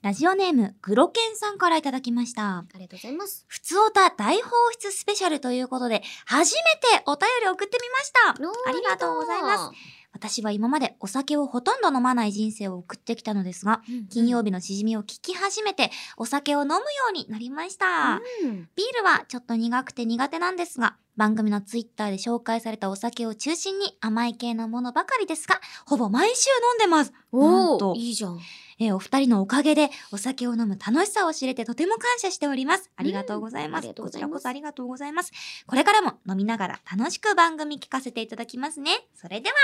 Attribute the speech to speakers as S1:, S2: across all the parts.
S1: ラジオネーム、グロケンさんからいただきました。
S2: ありがとうございます。。
S1: ふつおた大放出スペシャルということで、初めてお便り送ってみました。ありがとうございます私は今までお酒をほとんど飲まない人生を送ってきたのですが、金曜
S2: 日
S1: 日のしじみを聞き始めて、お酒を飲むようになりました。
S2: は、うん
S1: ビールはちょっと苦くて苦手なんですが、番組のツイッターで紹介されたお酒を中心に甘い系のものばかりですが、ほぼ毎週飲んでます。な
S2: お
S1: んと
S2: お、いいじゃん。
S1: えーお二人のおかげでお酒を飲む楽しさを知れてとても感謝しております。ありがとうございます。
S2: うんありがとう
S1: こ
S2: ご
S1: ち
S2: ざい
S1: ら
S2: ます
S1: こそありがとうございます。これからも飲みながら楽しく番組聞かせていただきますね。それでは、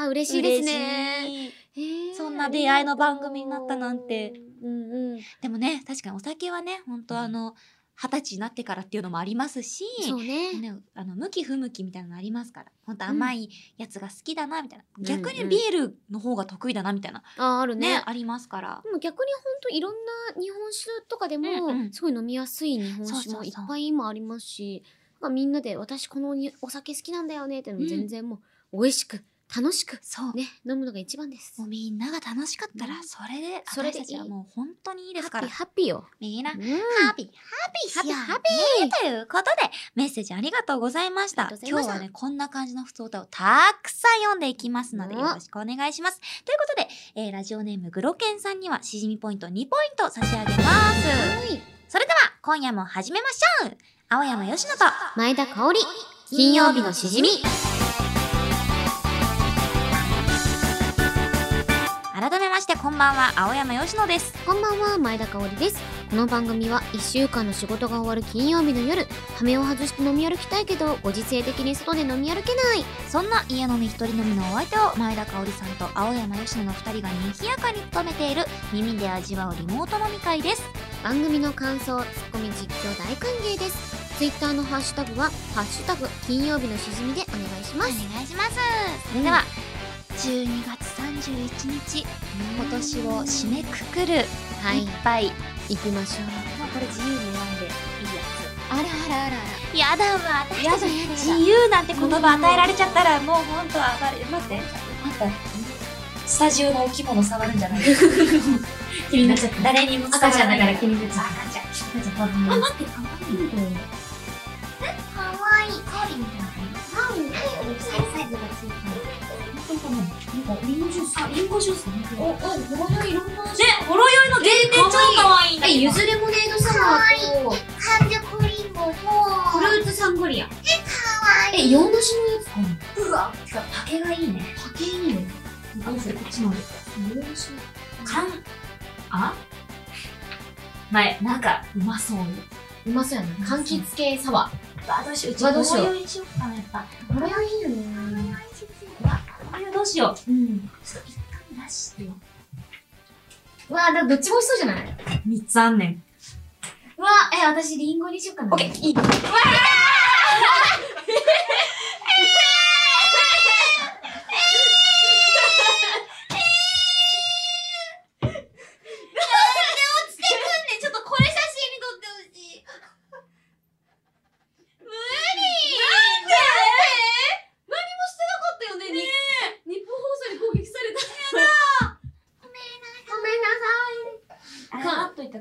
S2: ああ、嬉しいですね。
S1: 嬉しい。
S2: へー
S1: そんな出会いの番組になったなんて。
S2: うんうん。
S1: でもね、確かにお酒はね、本当あの、二十歳になってからっていうのもありますし、
S2: そうね。
S1: ね、あの向き不向きみたいなのありますから本当甘いやつが好きだなみたいな、
S2: うん
S1: 逆にビールの方が得意だなみたいな、
S2: あーある
S1: ね
S2: ね。
S1: ありますから
S2: でも逆に本当いろんな日本酒とかでも、
S1: うんうん
S2: すごい飲みやすい日本
S1: そうそ
S2: 酒
S1: うそう
S2: もいっぱい今ありますしなんかみんなで私このにお酒好きなんだよねっていうのも全然もう美味しく楽しく
S1: そう、
S2: ね飲むのが一番です
S1: もう。みんなが楽しかったら
S2: うん
S1: それで
S2: それ
S1: 私
S2: でい
S1: た
S2: い
S1: ちはもう本当にいいです
S2: ハ
S1: か
S2: ッピ
S1: ら
S2: ーハッピーよ。
S1: みんな
S2: うん、
S1: ハッピーハッピーしよう
S2: ハッ
S1: ねということでメッセージありがとうございました
S2: ありがとうご
S1: 今日
S2: ざいました
S1: はねこんな感じの普通歌をたくさん読んでいきますので
S2: うん
S1: よろしくお願いしますということで、えーラジオネームグロケンさんにはしじみポイント2ポイント差し上げます、
S2: はい
S1: それでは今夜も始めましょう青山佳乃と
S2: 前田香織金曜日のしじみ
S1: 改めましてこんばんは青山佳乃です
S2: こんばんは前田香織ですこの番組は1週間の仕事が終わる金曜日の夜羽目を外して飲み歩きたいけどご時世的に外で飲み歩けない
S1: そんな家飲み一人飲みのお相手を前田香織さんと青山佳乃の2人がにぎやかに務めている耳で味わうリモート飲み会です
S2: 番組の感想ツッコミ実況大歓迎ですツイッターのハッシュタグは「ハッシュタグ金曜日のしじみ」でお願いし
S1: お
S2: ま
S1: 願
S2: す
S1: いしますそれでは12月31日今年を締めくくる
S2: はい
S1: 一杯、
S2: 行きましょう
S1: まあこれ自由に選んでいいやつ
S2: あらあらあら
S1: やだわ私
S2: や
S1: た
S2: だ
S1: ち
S2: やだ
S1: 自由なんて言葉与えられちゃったらもう本当あ暴れ待って待ってスタジオのお着物触るんじゃない気になっちゃった誰にも
S2: 赤ちゃんだから
S1: 気になっちゃった赤ちゃん気になっちゃったあ待って可愛い可愛いカーリーみたいなカーリーないよねサイズがついてなんかリンゴジュースあリンゴジュースおおほろ酔いいろんなねほろ酔いの限定超可愛いんだ
S2: え
S1: け
S2: ゆ
S1: ど
S2: ずレモネードサワーと
S1: 完熟リンゴと
S2: フルーツサンゴリアえ洋梨のやつかな
S1: うわ竹がいいね
S2: 竹いいね
S1: どうするこっちもある
S2: 洋梨の
S1: かんあ前なんかうまそう
S2: うまそうやな柑橘系サワ
S1: わどうしようう
S2: わどうしよう
S1: ほろ酔いにしようかなやっぱ
S2: ーこれはいいよね
S1: うわこれどうしよう
S2: うん
S1: ちょっと一旦出してよ
S2: わあだどっちも美味しそうじゃない
S1: 3つあんねん
S2: うわえ私リンゴにしようかな
S1: オッケーいいわー
S2: ちょっとこれ写真に撮ってほしい無理なんで何もしてなかったよねね日本放送に攻撃された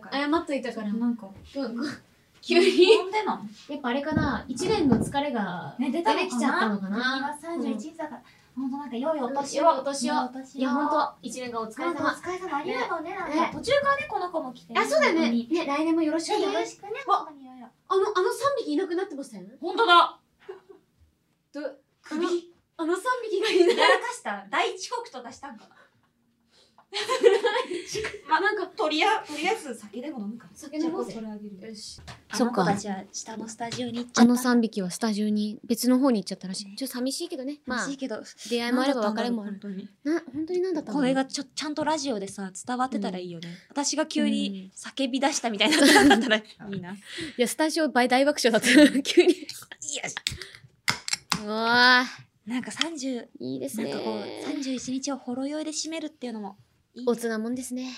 S1: あれ待っといたから
S2: やだごめんなさい謝っ
S1: な
S2: といたから
S1: んか
S2: 急に
S1: 飲んでんの
S2: やっぱあれかな一年の疲れが
S1: ね出
S2: 出
S1: たのかな
S2: てきちゃったのかな
S1: 今31日だからほんとなんか良いお年を
S2: 良いお年を
S1: 良いお年を
S2: いやほんと一年がお疲れ
S1: ほんとお
S2: 様
S1: 疲れ様ありがとうねなんか
S2: ね
S1: 途中からねこの子も来て
S2: あそうだよ
S1: 本
S2: ね
S1: 当に
S2: ね来年もよろしくね
S1: よろしくね
S2: わ
S1: 本当にいろいろ
S2: あのあの三匹いなくなってましたよね
S1: ほんとだ
S2: ど
S1: 首
S2: あの三匹がい
S1: や
S2: ない
S1: らかした大遅刻とかしたん かなまあなんかとりあとりあえず酒でも飲むか
S2: 酒飲もうぜ
S1: じゃあこれあげる
S2: よし
S1: そっ
S2: あの子
S1: か
S2: た
S1: じゃあ下のスタジオに行っち
S2: あの3匹はスタジオに別の方に行っちゃったらし
S1: ね
S2: い。ちょっと寂しいけどね。ま
S1: ま
S2: あ
S1: あい、けど
S2: 出会いもあれば別れもある。な、本当になんだったの
S1: これがちょちゃんとラジオでさ伝わってたらいいよね、私が急に叫び出したみたいな
S2: うん
S1: だったらいいない
S2: いや、スタジオ大大爆笑だった。 急に。
S1: や
S2: うわ
S1: なんか30
S2: ーいいです
S1: なんかこう
S2: ね。
S1: 31日をほろ酔いで締めるっていうのもいいね
S2: おつなもんですね。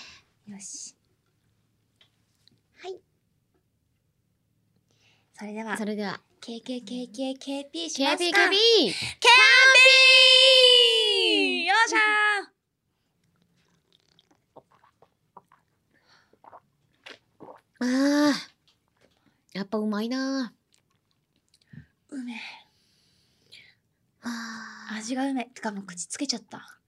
S1: よし。はい。それでは
S2: そ、れでは、
S1: KKKKKP しますか
S2: KBKB!
S1: よっしゃー
S2: あーやっぱうまいな
S1: うめえ
S2: あ
S1: 味がうめえてかもう口つけちゃった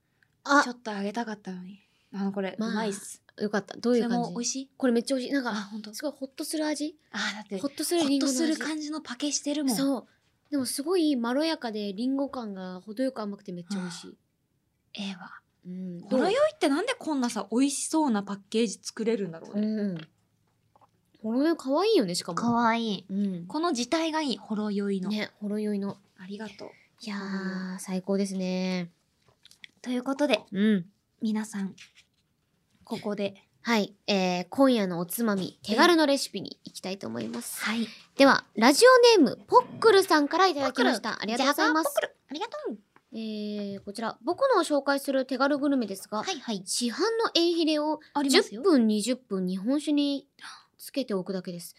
S2: あ
S1: ちょっとあげたかったのにあのこれ、
S2: まあ
S1: うまいっす
S2: よかったど
S1: そう
S2: い
S1: れ
S2: う感
S1: も
S2: じ
S1: 美味しい
S2: これめっちゃ美味しいなん
S1: あ
S2: か
S1: 本当あ
S2: すごいホッとする味
S1: だって
S2: ホ
S1: ホ
S2: ッとする
S1: ッ
S2: リンゴ
S1: と
S2: の味
S1: する感じのパケしてるもん
S2: そうでもすごいまろやかでリンゴ感が程よく甘くてめっちゃ美味しい、
S1: ええわ
S2: うん、
S1: ほろ酔いってなんでこんなさ美味しそうなパッケージ作れるんだろう
S2: う
S1: ね、
S2: んほろ酔い可愛いよねしかも
S1: かわいい
S2: うん
S1: この字体がいいほろ酔いの、
S2: ねほろ酔いの
S1: ありがとう
S2: いやー最高ですね
S1: ということで
S2: うん
S1: 皆さんここで
S2: はい、えー、今夜のおつまみ手軽のレシピに行きたいと思います
S1: はい
S2: ではラジオネームポックルさんからいただきましたありがとうございま
S1: ジャガーポ
S2: す
S1: クルありがとう
S2: えー、こちら僕の紹介する手軽グルメですが、
S1: はいはい
S2: 市販のエイヒレを
S1: あります
S2: 10
S1: よ
S2: 分20分日本酒につけておくだけです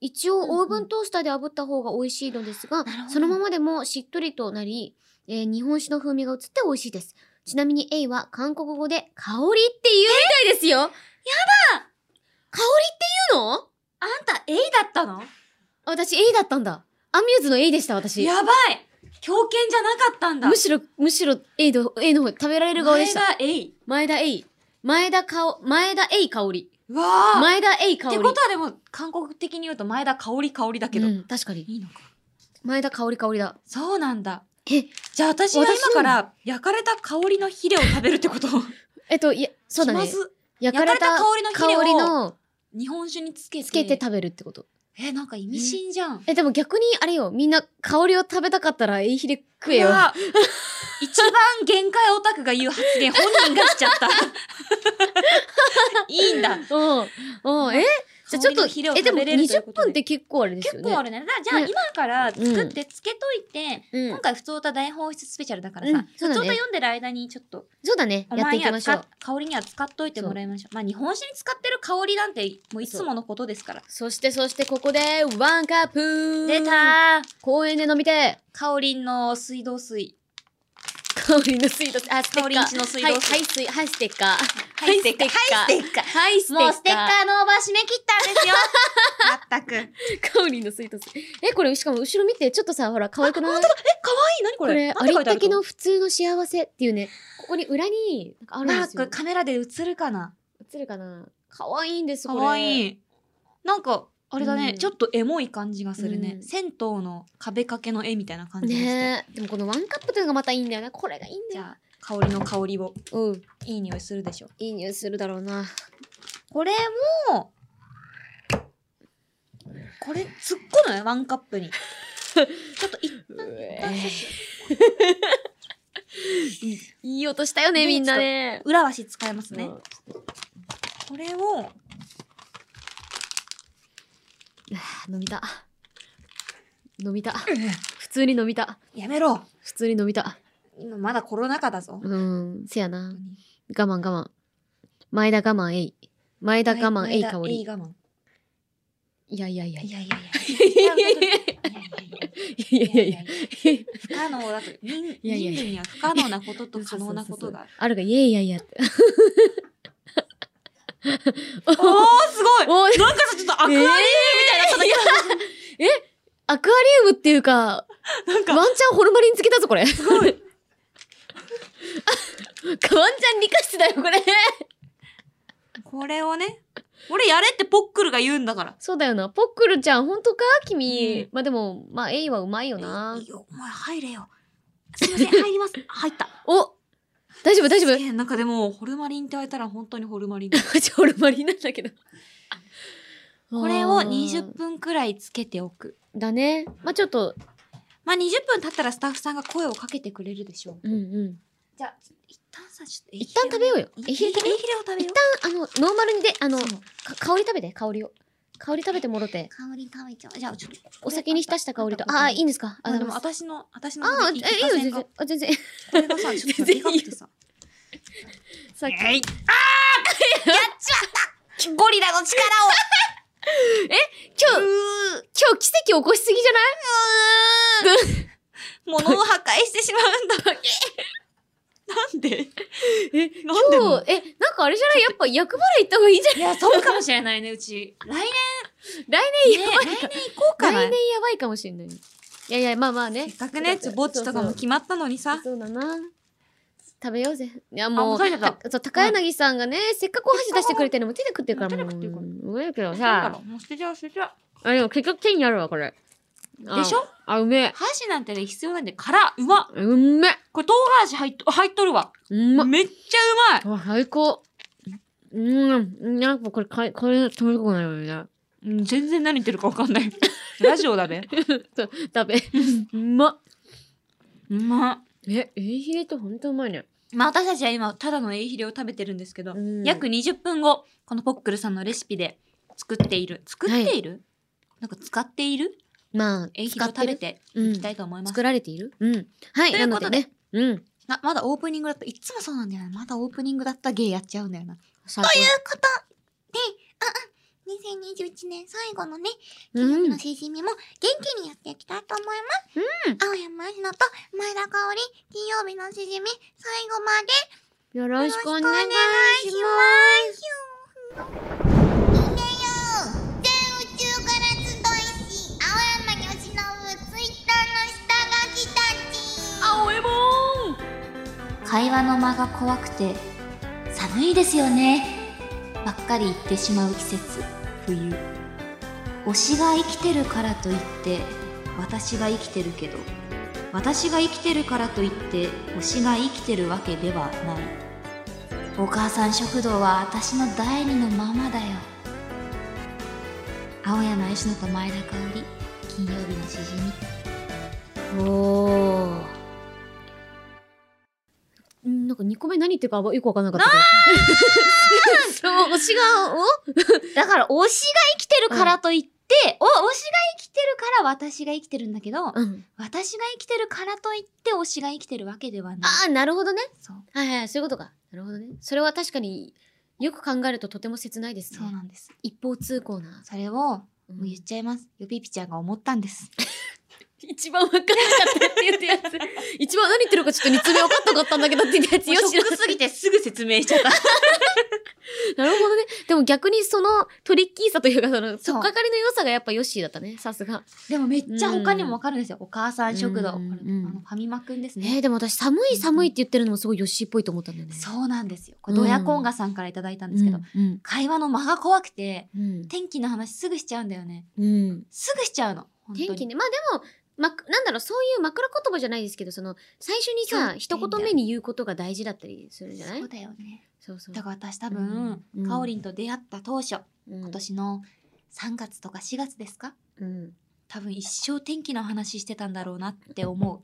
S2: 一応
S1: うんうん
S2: オーブントースターで炙った方が美味しいのですが、
S1: なるほど
S2: そのままでもしっとりとなり、えー日本酒の風味が移って美味しいですちなみにエイは韓国語で香りって言うみたいですよやだ香りって言うの
S1: あんた A だったの
S2: 私エイだったんだアミューズのエイでした私
S1: やばい狂犬じゃなかったんだ
S2: むしろむしろエイのエイの方食べられる側でした
S1: 前が A
S2: 前田エイ前田かお前田エイ香り
S1: うわ
S2: 前田エイ
S1: ー
S2: 香
S1: っ
S2: り
S1: てことはでも韓国的に言うと前田香り香りだけど、
S2: う
S1: い
S2: ん確かに
S1: いのか
S2: 前田香り香りだ
S1: そうなんだ
S2: え
S1: じゃあ私は
S2: 私も
S1: 今から焼かれた香りのヒレを食べるってこと
S2: えっと、いや、そうだ
S1: 気ま
S2: ね。
S1: ず
S2: 焼
S1: かれた香りのヒレを
S2: 香りの
S1: 日本酒につけて
S2: つけて食べるってこと。
S1: えなんか意味深じゃん、
S2: え、でも逆にあれよ、みんな香りを食べたかったらエイヒレ食え
S1: う
S2: よ。
S1: わ一番限界オタクが言う発言本人がしちゃった いいんだ
S2: うん。うん。えじゃあちょ
S1: 香り
S2: っ
S1: のヒレを
S2: と、え、で
S1: 食
S2: も
S1: べれるという
S2: 20
S1: こと
S2: 分って結構あれですよ
S1: 結
S2: ね。
S1: 構あるねだじゃあ
S2: ね
S1: 今から作ってつけといて、
S2: うん
S1: 今回普通歌大放出スペシャルだからさ、
S2: うん
S1: 普
S2: そう
S1: 通
S2: だね
S1: 歌読んでる間にちょっと
S2: そうだね。
S1: お
S2: やって
S1: 前
S2: い
S1: に
S2: き
S1: は
S2: ましょ
S1: 使っ
S2: う。
S1: 香りには使っといてもらいましょうまあ日本酒に使ってる香りなんてもういつものことですから
S2: そして、そして、ここで、ワンカップ
S1: 出たー
S2: 公園で飲みて
S1: 香りの水道水
S2: 香りの水道あ、ステッカー。
S1: 香りんちの水道
S2: はい、
S1: 水
S2: はい、水、はい、ステッカー。
S1: は
S2: はいステッカー
S1: はいステッカー
S2: はい、ステッカー。
S1: もうステッカーのオーバー締め切ったんですよ まったくえ
S2: 香りの水道水。え、これ、しかも後ろ見て、ちょっとさ、ほら、可愛くない
S1: 可愛い何こ
S2: これ
S1: れ、
S2: ありったけの普通の幸せっていうね、ここに裏に、なんかあるん
S1: マ
S2: で
S1: ー
S2: すよ
S1: ク。カメラで映るかな
S2: 映るかな可愛いんです、これ。
S1: 可愛
S2: い。
S1: いなんかあれだね、
S2: うん
S1: ちょっとエモい感じがするね、
S2: うん
S1: 銭湯の壁掛けの絵みたいな感じがして、
S2: ねえ。でもこのワンカップというのがまたいいんだよな。これがいいんだ
S1: じ
S2: よ。
S1: ゃあ香りの香りを
S2: うん。
S1: いい匂いするでしょ
S2: いい匂いするだろうな。
S1: これもこれ突っ込むワンカップにちょっと一旦一旦
S2: いい音したよね、
S1: ね
S2: みんなね。
S1: 裏足使えますね、
S2: うん
S1: これを
S2: あ飲みた。飲みた。普通に飲みた。
S1: やめろ
S2: 普通に飲みた。
S1: 今まだコロナ禍だぞ、
S2: うん。せやな。我慢我慢。前田我慢えい。前田我慢えい香
S1: い
S2: り
S1: い。我
S2: いやいやいや
S1: 慢
S2: い
S1: いや
S2: や。
S1: いやいや
S2: いやいやい
S1: い
S2: や
S1: や。不可能だと人
S2: やいや
S1: 人類には不可能なことと可能なことがある
S2: あるが、いやいやいやって。
S1: おーすごい
S2: おい
S1: なんかさちょっとアクアリウムみたいな形
S2: アクアリウムっていうか、
S1: なん
S2: ワ
S1: か
S2: ンチャンホルマリンつけたぞ、これ。
S1: すごい
S2: ワンチャン理科室だよ、これ。
S1: これをね俺やれってポックルが言うんだから
S2: そうだよな。ポックルちゃん、ほんとか君。
S1: うん
S2: まあでも、まあ、エイはうまいよな。
S1: いいよお前入れよすいません 入ります入った
S2: お大丈夫、大丈
S1: すげえなんかでもホルマリンって言われたら本当にホルマ リンだ
S2: 夫。マジホルマリンなんだけ ど。
S1: これを20。分くらいつけておく
S2: だね。まあちょっと、
S1: まあ20分経ったらスタッフさんが声をかけてくれるでしょう
S2: うんうん。
S1: じゃあ一旦さちょっと
S2: 一旦食べようよ。
S1: エ
S2: エイ
S1: ヒ
S2: ヒ
S1: レ
S2: レ
S1: エヒ
S2: 食べ
S1: レ
S2: よ
S1: を
S2: う。
S1: 食べよ
S2: あの、ノーマルにで、あ
S1: う
S2: の、
S1: そう
S2: か香り食べて、香りを。香り食べてもろて。
S1: 香り食べちゃうじゃあちょっと
S2: お酒に浸した香りと。
S1: あ
S2: ああ、
S1: い
S2: い
S1: い
S2: いんですかあ、
S1: あ
S2: で
S1: でも
S2: も、あ、
S1: 私の私の
S2: あ、えい
S1: い
S2: いよ、全然。あ、全然。
S1: これがさちょっとでかくてさ
S2: さっき。
S1: いあーやっちまったゴリラの力を
S2: 今日、今日奇跡起こしすぎじゃない
S1: 物を破壊してしまうんだ。なんで
S2: え、
S1: なんでなの
S2: 今日、え、なんかあれじゃないやっぱ役払い行った方がいいんじゃない
S1: いや、そうかもしれないね、うち。来年、
S2: 年やばい
S1: 来
S2: か、
S1: 年行こうか
S2: 来
S1: な。
S2: 年やばいかもしれない。いやいや、まあまあね。
S1: せっかくね、つぼっちとかも決まったのにさ。
S2: そうだな。食べようぜ。いや
S1: も
S2: もう、
S1: う食べちゃった
S2: そう高柳さんがね、せっかくお箸出してくれてるのも手で食ってるからもう。
S1: 手で食ってるから
S2: うまいけど
S1: なんだ
S2: さ
S1: ろ。うもう捨てちゃう、捨てちゃ
S2: あ、でも結局手になるわ、これ。
S1: う。でしょ
S2: あ、うめえ。
S1: 箸なんてね、必要ないんで、辛、うま。
S2: うんめ
S1: これ、唐辛子入っと、入っとるわ。
S2: うんま
S1: めっちゃうま
S2: あ最高うんなんかこれかこれ止めることないよね
S1: い。うん、全然何言ってるかわかん ない。ラジオだべ。
S2: 食べうまっ
S1: うま。
S2: えエイヒレってほんとうまいね
S1: まあ、私たちは今、ただのエイヒレを食べてるんですけど、
S2: うん
S1: 約20分後、このポックルさんのレシピで作っている。作っている、なんか使っている
S2: まあ
S1: エイヒレを食べて
S2: うん
S1: いきたいと思います。
S2: 作られているうんはい
S1: とい
S2: な
S1: う
S2: の
S1: こと
S2: で
S1: で
S2: ねうん
S1: なまだオープニングだった。いつもそうなんだよな。まだオープニングだった芸やっちゃうんだよな。
S2: と
S1: ということで、ああ、2021年最後のね、金曜日の成人目も元気にやっていきたいと思います。青山明乃と前田香織、金曜日の成人目最後まで
S2: よろしくお願いします
S1: 会話の間が怖くて寒いですよねばっかり言ってしまう季節冬推しが生きてるからといって私が生きてるけど私が生きてるからといって推しが生きてるわけではないお母さん食堂は私の第二のままだよ青山吉野と前田香織金曜日のしじみ
S2: おーうんなんか2個目何言ってるかよくわかんなかったけど。
S1: 推しが、おだから推しが生きてるからといって、お、推しが生きてるから私が生きてるんだけど、
S2: うん、
S1: 私が生きてるからといって推しが生きてるわけではない。
S2: ああ、なるほどね。
S1: そう。
S2: はいはい、そういうことか。なるほどね。それは確かによく考えるととても切ないです
S1: そう
S2: ね。
S1: なんです。
S2: 一方通行な。
S1: それを、も
S2: うん
S1: う言っちゃいます。よぴぴちゃんが思ったんです。
S2: 一番わかんなかったって言ったやつ。 一番何言ってるかちょっと煮詰め分かんなかったんだけどって言ったやつ。よし、
S1: ぎてすぐ説明しちゃった。
S2: なるほどね。でも逆にそのトリッキーさというか、その、
S1: そう
S2: とっかかりの良さがやっぱヨッシーだったね。さすが。
S1: でもめっちゃ他にもわかるんですよ。お母さん食堂。こ
S2: う
S1: れ、
S2: ん
S1: あ
S2: うん
S1: の、ファミマくんです
S2: ね
S1: ね。
S2: え、でも私寒い寒いって言ってるのもすごいヨッシーっぽいと思ったんだよね。
S1: そうなんですよ。これ、ドヤコンガさんからいただいたんですけど、
S2: うん。
S1: 会話の間が怖くて、
S2: うん。
S1: 天気の話すぐしちゃうんだよね。
S2: うん。
S1: すぐしちゃうの。本当に
S2: 天気ね。まあでも、ま、なんだろう、そういう枕言葉じゃないですけど、その、最初にさ、
S1: 今日
S2: 一
S1: の天気
S2: 言目に言うことが大事だったりするじゃない
S1: そうだよね。
S2: そうそう
S1: だ。から私多分、
S2: うん
S1: かおりんと出会った当初、
S2: 今
S1: 今。年の3月とか4月ですか
S2: うん。
S1: 多分一生天気の話してたんだろうなって思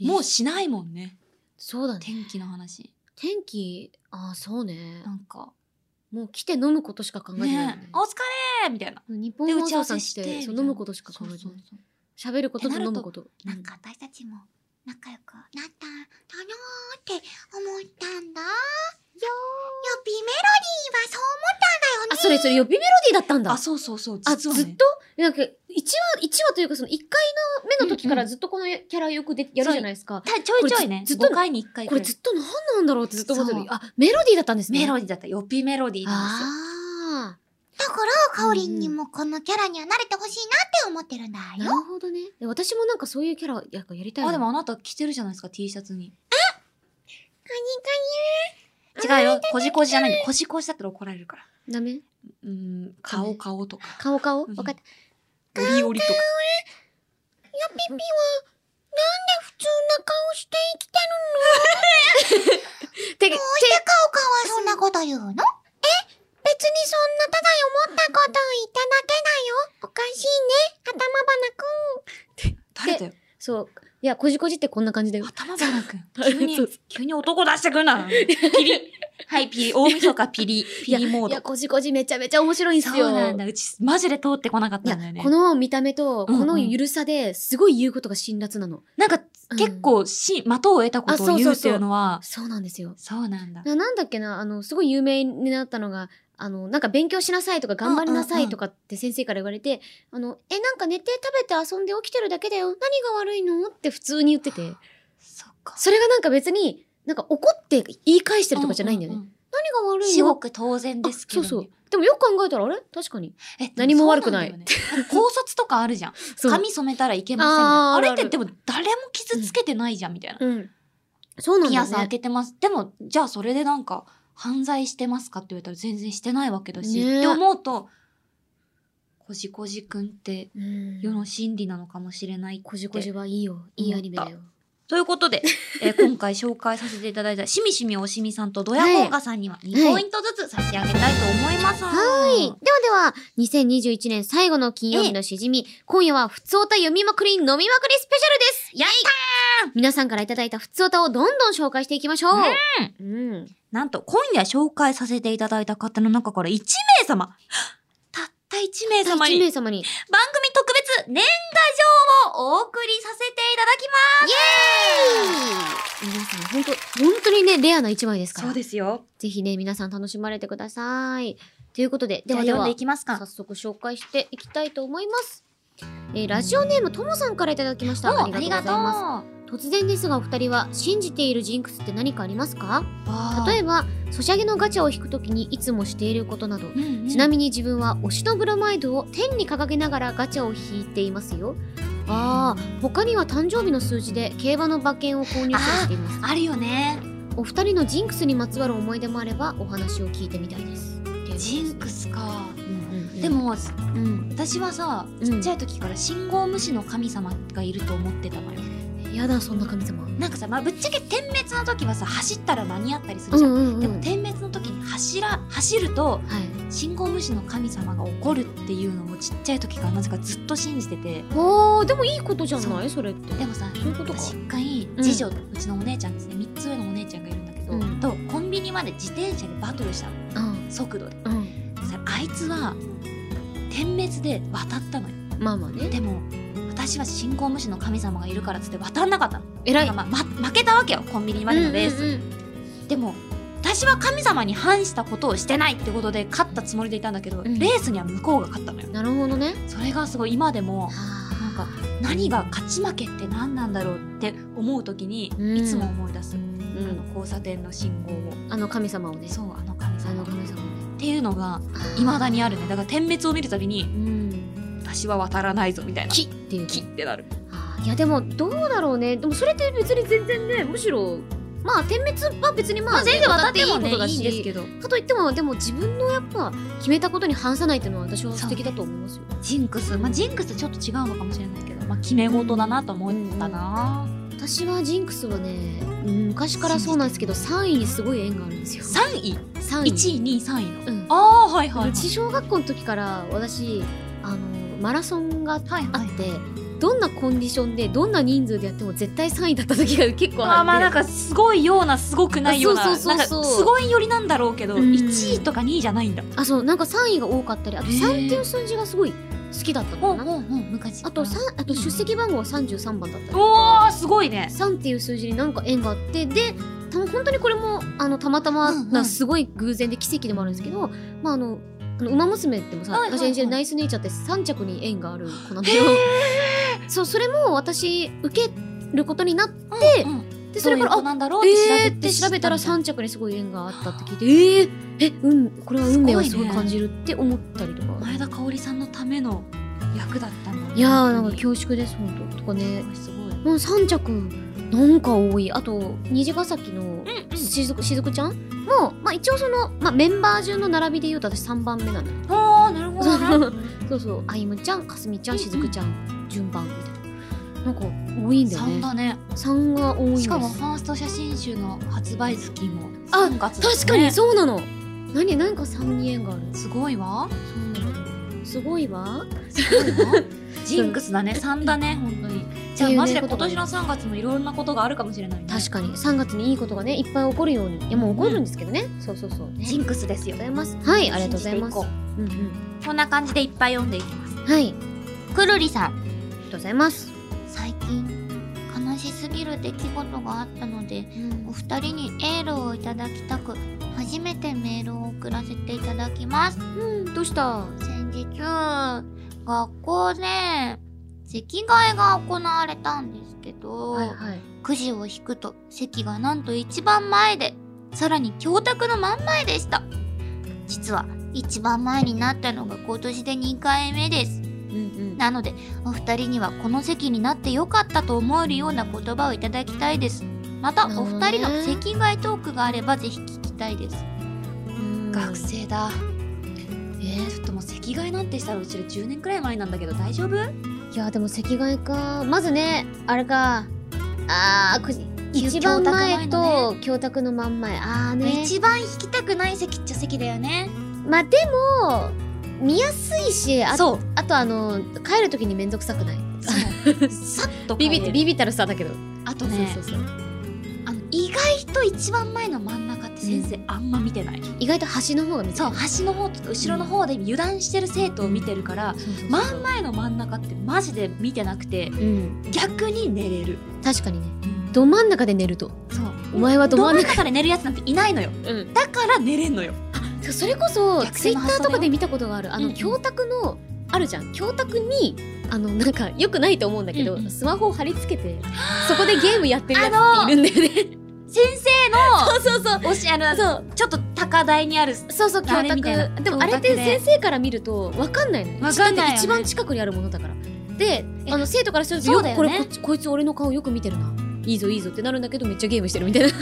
S1: う。もうしないもんね。
S2: そうだね。
S1: 天気の話。
S2: 天気、ああ、そうね
S1: な。んか、
S2: もう来て飲むことしか考えてないよね
S1: ねえ、お疲れみたいな。
S2: 日本
S1: で
S2: 放送さんし
S1: 打ち合わせして
S2: て、そう
S1: みたい
S2: 飲
S1: な
S2: むことしか考えてない。喋ることと飲むこと。
S3: なんか私たちも仲良くなったんだなーって思ったんだよー。ビメロディーはそう思ったんだよ
S2: あ、
S3: ね。
S2: それそれ、予備メロディーだったんだ。
S1: あ、そうそうそう。
S2: あ、
S1: 実
S2: ず
S1: は、
S2: っ
S1: ね、
S2: となんか、一話、一話というか、その、一回の目の時からずっとこのキャラよくでやるじゃないですか。
S1: たちょいちょいね。
S2: これずずっと
S1: 5回に1回
S2: こ
S1: くら
S2: れ
S1: い
S2: ずっと何なんだろうってずっと思ってる
S1: そう。
S2: あ、メロディーだったんですね。
S1: メロ
S2: デ
S1: ディーだった。よぴメロディーなんですよ。
S2: あ
S3: だから、かおりんにもこのキャラには慣れてほしいなって思ってるんだ
S2: あ、な
S3: よ。
S2: るほどね。で私もなんかそういうキャラやっぱやりたいな。
S1: あ、でもあなた着てるじゃないですか、T シャツに。違
S3: う。
S1: うよ。こじこじじゃない。こじこじだったら怒られるから。
S2: ダメ
S1: うん、顔顔とか。
S2: 顔顔
S1: うん
S2: 分かった。
S1: オリオリとか。
S3: 普通な顔して生きてる。
S2: て、て、
S3: 顔かはそんなこと言うのえ別にそんなただ思ったことを言っただけだよ。おかしいね、頭花
S1: 誰
S3: くん。
S1: だよ。
S2: そう。いや、こじこじってこんな感じだよ。
S1: 頭花くん。
S2: そう
S1: 急に
S2: そう、
S1: 急に男出してくん な。ピリ。はい、ピリ。大晦日ピリ。ピリモ
S2: い
S1: ー
S2: や、
S1: ド。
S2: こじこじめちゃめちゃ面白いんす
S1: そ
S2: よ。
S1: うなんだ。うち、マジで通ってこなかっ
S2: い
S1: た
S2: や
S1: んだよ、ね
S2: こ。の見た目と、この
S1: うんうん
S2: ゆるさですごい言うことが辛辣なの。
S1: なんか、
S2: うん
S1: 結構、し、的を得たことを言うっていうのは、
S2: そうなんですよ。
S1: そうなんだ。
S2: ななんだっけな、あの、すごい有名になったのが、あの、なんか勉強しなさいとか頑張りなさいとかって先生から言われて、あの、え、なんか寝て食べて遊んで起きてるだけだよ。何が悪いのって普通に言ってて。
S1: そっか。
S2: それがなんか別に、なんか怒って言い返してるとかじゃないんだよね。
S1: ううう。
S2: 何が悪い
S1: 至
S2: の
S1: 極当然ですけ
S2: そ
S1: ど
S2: う
S1: ね、
S2: そう。でもよく考えたら、あれ確かに。
S1: えで
S2: 何も悪くない
S1: そうなんだよね高卒とかあるじゃん
S2: そう。
S1: 髪染めたらいけませんみたい
S2: あー
S1: なあ
S2: ある
S1: れ
S2: あ
S1: っ
S2: る
S1: てでも誰も傷つけてないじゃんみたいな、
S2: うん。そうなん
S1: ピア
S2: だ
S1: ス開
S2: ね。
S1: けてますでもじゃあそれでなんか犯罪してますかって言われたら全然してないわけだし、
S2: ねえ
S1: って思うとこじこじくんって
S2: うん
S1: 世の真理なのかもしれないって
S2: こじこじはいいよ。いいアニメだよ。
S1: ということで、え ー今回紹介させていただいたしみしみおしみさんとドヤモンガさんには2ポイントずつ差し上げたいと思います。
S2: はい。ではでは、2021年最後の金曜日のしじみ、今夜はふつおた読みまくり飲みまくりスペシャルです
S1: や
S2: ったー皆さんからいただいたふつおたをどんどん紹介していきましょう。うん。
S1: なんと今夜紹介させていただいた方の中から1名様 たった1名様
S2: 1
S1: に
S2: 名様に。
S1: 番組特別年賀状をお送りさせていただき
S2: 皆さん、本当本当にね、レアな一枚です
S1: ます
S2: から。
S1: ですよ。
S2: ぜひね、皆さん楽しまれてください。ということで、
S1: で
S2: で
S1: は
S2: はで
S1: 読ん
S2: は
S1: でい、きます
S2: 早
S1: か。
S2: 速紹介していきたいと思います。えーラジオネームともさんからいただきました。ありがとうございま
S1: う。
S2: す。突然ですが、お二人は信じているジンクスって何かありますか例
S1: 例え
S2: えば、ソシャゲのガチャを引くときにいつもしていることなど、
S1: ば、
S2: ちなみに自分は推しのブロマイドを天に掲げながらガチャを引いていますよ。ああ、他には誕生日の数字で競馬の馬券を購入するしています。
S1: あるよね。
S2: お二人のジンクスにまつわる思い出もあればお話を聞いてみたいです。
S1: ジンクスか。
S2: うん
S1: で、も、
S2: うん、
S1: 私はさ、
S2: うん
S1: ちっちゃい時から信号無視の神様がいると思ってたのよ。
S2: やだそんな神様。
S1: なんかさ、まあ、ぶっちゃけ点滅の時はさ走ったら間に合ったりす
S2: う
S1: る
S2: ん
S1: じゃ
S2: う
S1: ん。
S2: んうん。
S1: でも点滅の時に走ら走ると
S2: はい。
S1: 信号無視の神様が怒るっていうのをちっちゃい時からなぜかずっと信じてて
S2: おお、でもいいことじゃないそれって。
S1: でもさ
S2: そういうことか。
S1: 私一回
S2: うん
S1: 次女、うちのお姉ちゃんですね3つ上のお姉ちゃんがいるんだけど、
S2: うん
S1: とコンビニまで自転車でバトルしたの
S2: うん
S1: 速度で
S2: うん。
S1: さあいつは点滅で渡ったのよ
S2: まあまあね。
S1: でも私は信号無視の神様がいるからっつって渡んなかったの、
S2: 偉い。
S1: まあま負けたわけよコンビニまでのレース、
S2: うんうん
S1: でも私は神様に反したことをしてないってことで勝ったつもりでいたんだけど、
S2: うん
S1: レースには向こうが勝ったのよ
S2: うんなるほどね。
S1: それがすごい今でも
S2: は
S1: なんか何が勝ち負けって何なんだろうって思う時に
S2: うん
S1: いつも思い出す、
S2: あ。う
S1: あの
S2: ん。
S1: 交差点の信号を、
S2: あの神様をね。
S1: そうあの神
S2: あ
S1: 様
S2: の
S1: っ
S2: 神様をね。
S1: ていうのが未だにあるねだから点滅を見るたびに
S2: うん。
S1: 私は渡らないぞみたいな
S2: 木っていう。
S1: キッてなる
S2: あーいやでもどうだろうねでもそれって別に全然ねむしろまあ点滅は別にまあ、ね、いいことだし
S1: ど
S2: かといってもでも自分のやっぱ決めたことに反さないっていうのは私は素敵だと思いますよ
S1: ジンクスまあジンクスちょっと違うのかもしれないけど、まあ、決め事だなと思ったな、
S2: 私はジンクスはねうん昔からそうなんですけど3位にすごい縁があるんですよ
S1: 三位1
S2: 3
S1: 位2位3位の、
S2: うん
S1: ああはいはい、はい、
S2: うち小学校の時から私あのマラソンがあって、
S1: はいはい
S2: どんなコンディションでどんな人数でやっても絶対3位だった時が結構あって
S1: まあまあなんかすごいようなすごくないような
S2: そうそうそうそう
S1: なんかすごい寄りなんだろうけど、
S2: うん
S1: 1位とか2位じゃないんだ
S2: あそうなんか3位が多かったりあと
S1: へー
S2: 3っていう数字がすごい好きだったのかな
S1: うほう昔
S2: あと三あと出席番号は33番だったり
S1: おおすごいね
S2: 3っていう数字になんか縁があってでた本当にこれもあのたまたま
S1: うんう
S2: なんすごい偶然で奇跡でもあるんですけど、まああのあの馬娘ってもさ、
S1: はいはいはい
S2: 私演じるナイスネイチャーって3着に縁がある子なんだよ。そうそれも私受けることになって
S1: うんうん
S2: でそ
S1: そ
S2: れ
S1: れ
S2: か
S1: から
S2: ら
S1: あ
S2: あ
S1: なんだろう
S2: え
S1: っ
S2: ーってて
S1: 調
S2: 調
S1: べ
S2: べ
S1: た
S2: た
S1: ら
S2: ら
S1: 3
S2: 3着にすごい縁があったって聞いてえー、えうんこれは運命はす
S1: すご
S2: ごい
S1: いね
S2: 感じるって思ったりとか。
S1: 前田香織さんのための役だったんだ
S2: いやーなんか
S1: 日
S2: 恐縮です本当とかね
S1: すごい
S2: もう3着なんか多いあと虹ヶ崎のしずくしずくちゃんも、まあ、一応その、まあ、メンバー順の並びで言うと私3番目なのよ
S1: ああなるほどね
S2: そうそうあゆむちゃんかすみちゃん
S1: うんうん
S2: しずくちゃん順番みたいななんか多いんだよ
S1: 3
S2: ね
S1: だね
S2: 3が多いんです
S1: しかもファースト写真集の発売月も
S2: あ
S1: 3月だね
S2: 確かにそうなの何なんか3に縁がある
S1: すごい わ
S2: そうなのすごいわ
S1: ジンクスだね3だね本当にじゃあ
S2: っていうね
S1: マジで今年の3月もいろんなことがあるかもしれないね
S2: 確かに3月にいいことがねいっぱい起こるようにいやもう起こるんですけどね、そうそうそうね
S1: ジンクスですよ
S2: ありがとうございますはいありがとうございます
S1: 信じて
S2: うんうん
S1: いこうこんな感じでいっぱい読んでいきます
S2: はいあり
S3: くるりさん
S2: がとうございます
S3: 最近悲しすぎる出来事があったのでお二人にエールをいただきたく初めてメールを送らせていただきます
S2: うんどうした
S3: 先日学校で席替えが行われたんですけど、
S2: はいはい
S3: くじを引くと席がなんと一番前でさらに教卓の真ん前でした実は一番前になったのが今年で2回目です
S2: うんうん。
S3: なのでお二人にはこの席になってよかったと思えるような言葉をいただきたいですまた
S2: なる
S3: お
S2: ほど
S3: 二
S2: ね
S3: 人の席外トークがあればぜひ聞きたいです
S1: 学生だえー、ちょっともう席替えなんてしたらうちら10年くらい前なんだけど大丈夫
S2: いやでも席替えかまずねあれかあーこ一番前と教卓の真ん前ああね
S3: 一番引きたくない席っちゃ席だよね
S2: まあでも見やすいしあ
S1: そう
S2: あとあの帰る時に面倒くさくない
S1: そうさっと
S2: ビビって
S1: ビ
S2: ビビったらさだけど、
S1: あとね
S2: そうそうそう
S1: あの意外と一番前の真ん中って先生あんま見てない、
S2: 意外と端の方が見
S1: そう端の方とか後ろの方で油断してる生徒を見てるから、真ん前
S2: 前、
S1: の真ん中ってマジで見てなくて
S2: うん、
S1: 逆に寝れる、
S2: 確かにねど真ん中で寝ると
S1: そう
S2: お前はど
S1: ど
S2: 真ん
S1: 真ん
S2: 中
S1: 中で寝るやつなんていないのよ
S2: うん
S1: だから寝れんのよ
S2: それこそ
S1: 逆
S2: ツ
S1: 転
S2: イ
S1: の
S2: ッ
S1: 発想だよ
S2: ターとかで見たことがあるあ
S1: う
S2: の
S1: ん
S2: 教卓のあるじゃん教卓にあのなんかよくないと思うんだけど、
S1: うんうん
S2: スマホを貼り付けてそこでゲームやってるやつっているんだよね
S1: 先生
S2: そうそうそう
S1: のおしあの
S2: そう
S1: ちょっと高台にある
S2: そうそう教
S1: あれみたいな
S2: 卓でもあれって
S1: 教卓で
S2: 先生から見るとわかんないの
S1: わかんないよね
S2: 一番近くにあるものだからで
S1: え
S2: あの生徒からすると
S1: そ
S2: よ
S1: うだ
S2: く
S1: よ
S2: こ
S1: ね
S2: れこっちこいつ俺の顔よく見てるないいぞいいぞってなるんだけどめっちゃゲームしてるみ たいなっ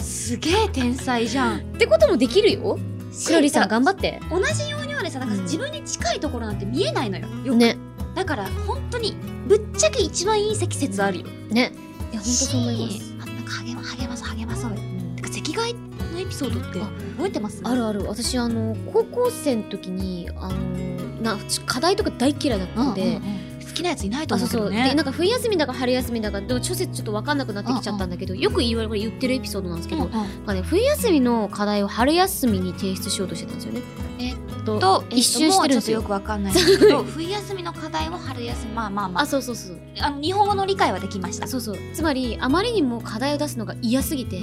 S1: すげえ天才じゃん
S2: てこともできるよしのりさん頑張って
S1: 同じ要領でさなんか
S2: うん
S1: 自分に近いところなんて見えないのよよく
S2: ね
S1: だから本当にぶっちゃけ一番いい席説あるよ
S2: ねいや本当そう思いま
S1: し
S2: す
S1: あなんか励ま励ます励まそうよてか席替えのエピソードって
S2: あ
S1: 覚えてます
S2: あるある私あの高校生の時にあのな課題とか大嫌いだった
S1: うん
S2: んで、
S1: うんうん好きなやついないと
S2: あ
S1: 思
S2: そうう
S1: け
S2: そう
S1: ど
S2: で
S1: ね
S2: なんか冬休みだか春休みだかでも諸説ちょっと分かんなくなってきちゃったんだけど、よく言われこれ言ってるエピソードなんですけど、
S1: うんうん
S2: なんかね、冬休みの課題を春休みに提出しようとしてたんですよね。
S3: え
S2: っと
S3: と
S2: 一周してるんですよ
S1: もうちょっとよくわかんないんですけ ど
S3: 冬休みの課題を春休みまあまあま
S2: あ
S3: あ
S2: そうそうそう
S1: あの日本語の理解はできました
S2: そうそうつまりあまりにも課題を出すのが嫌すぎて、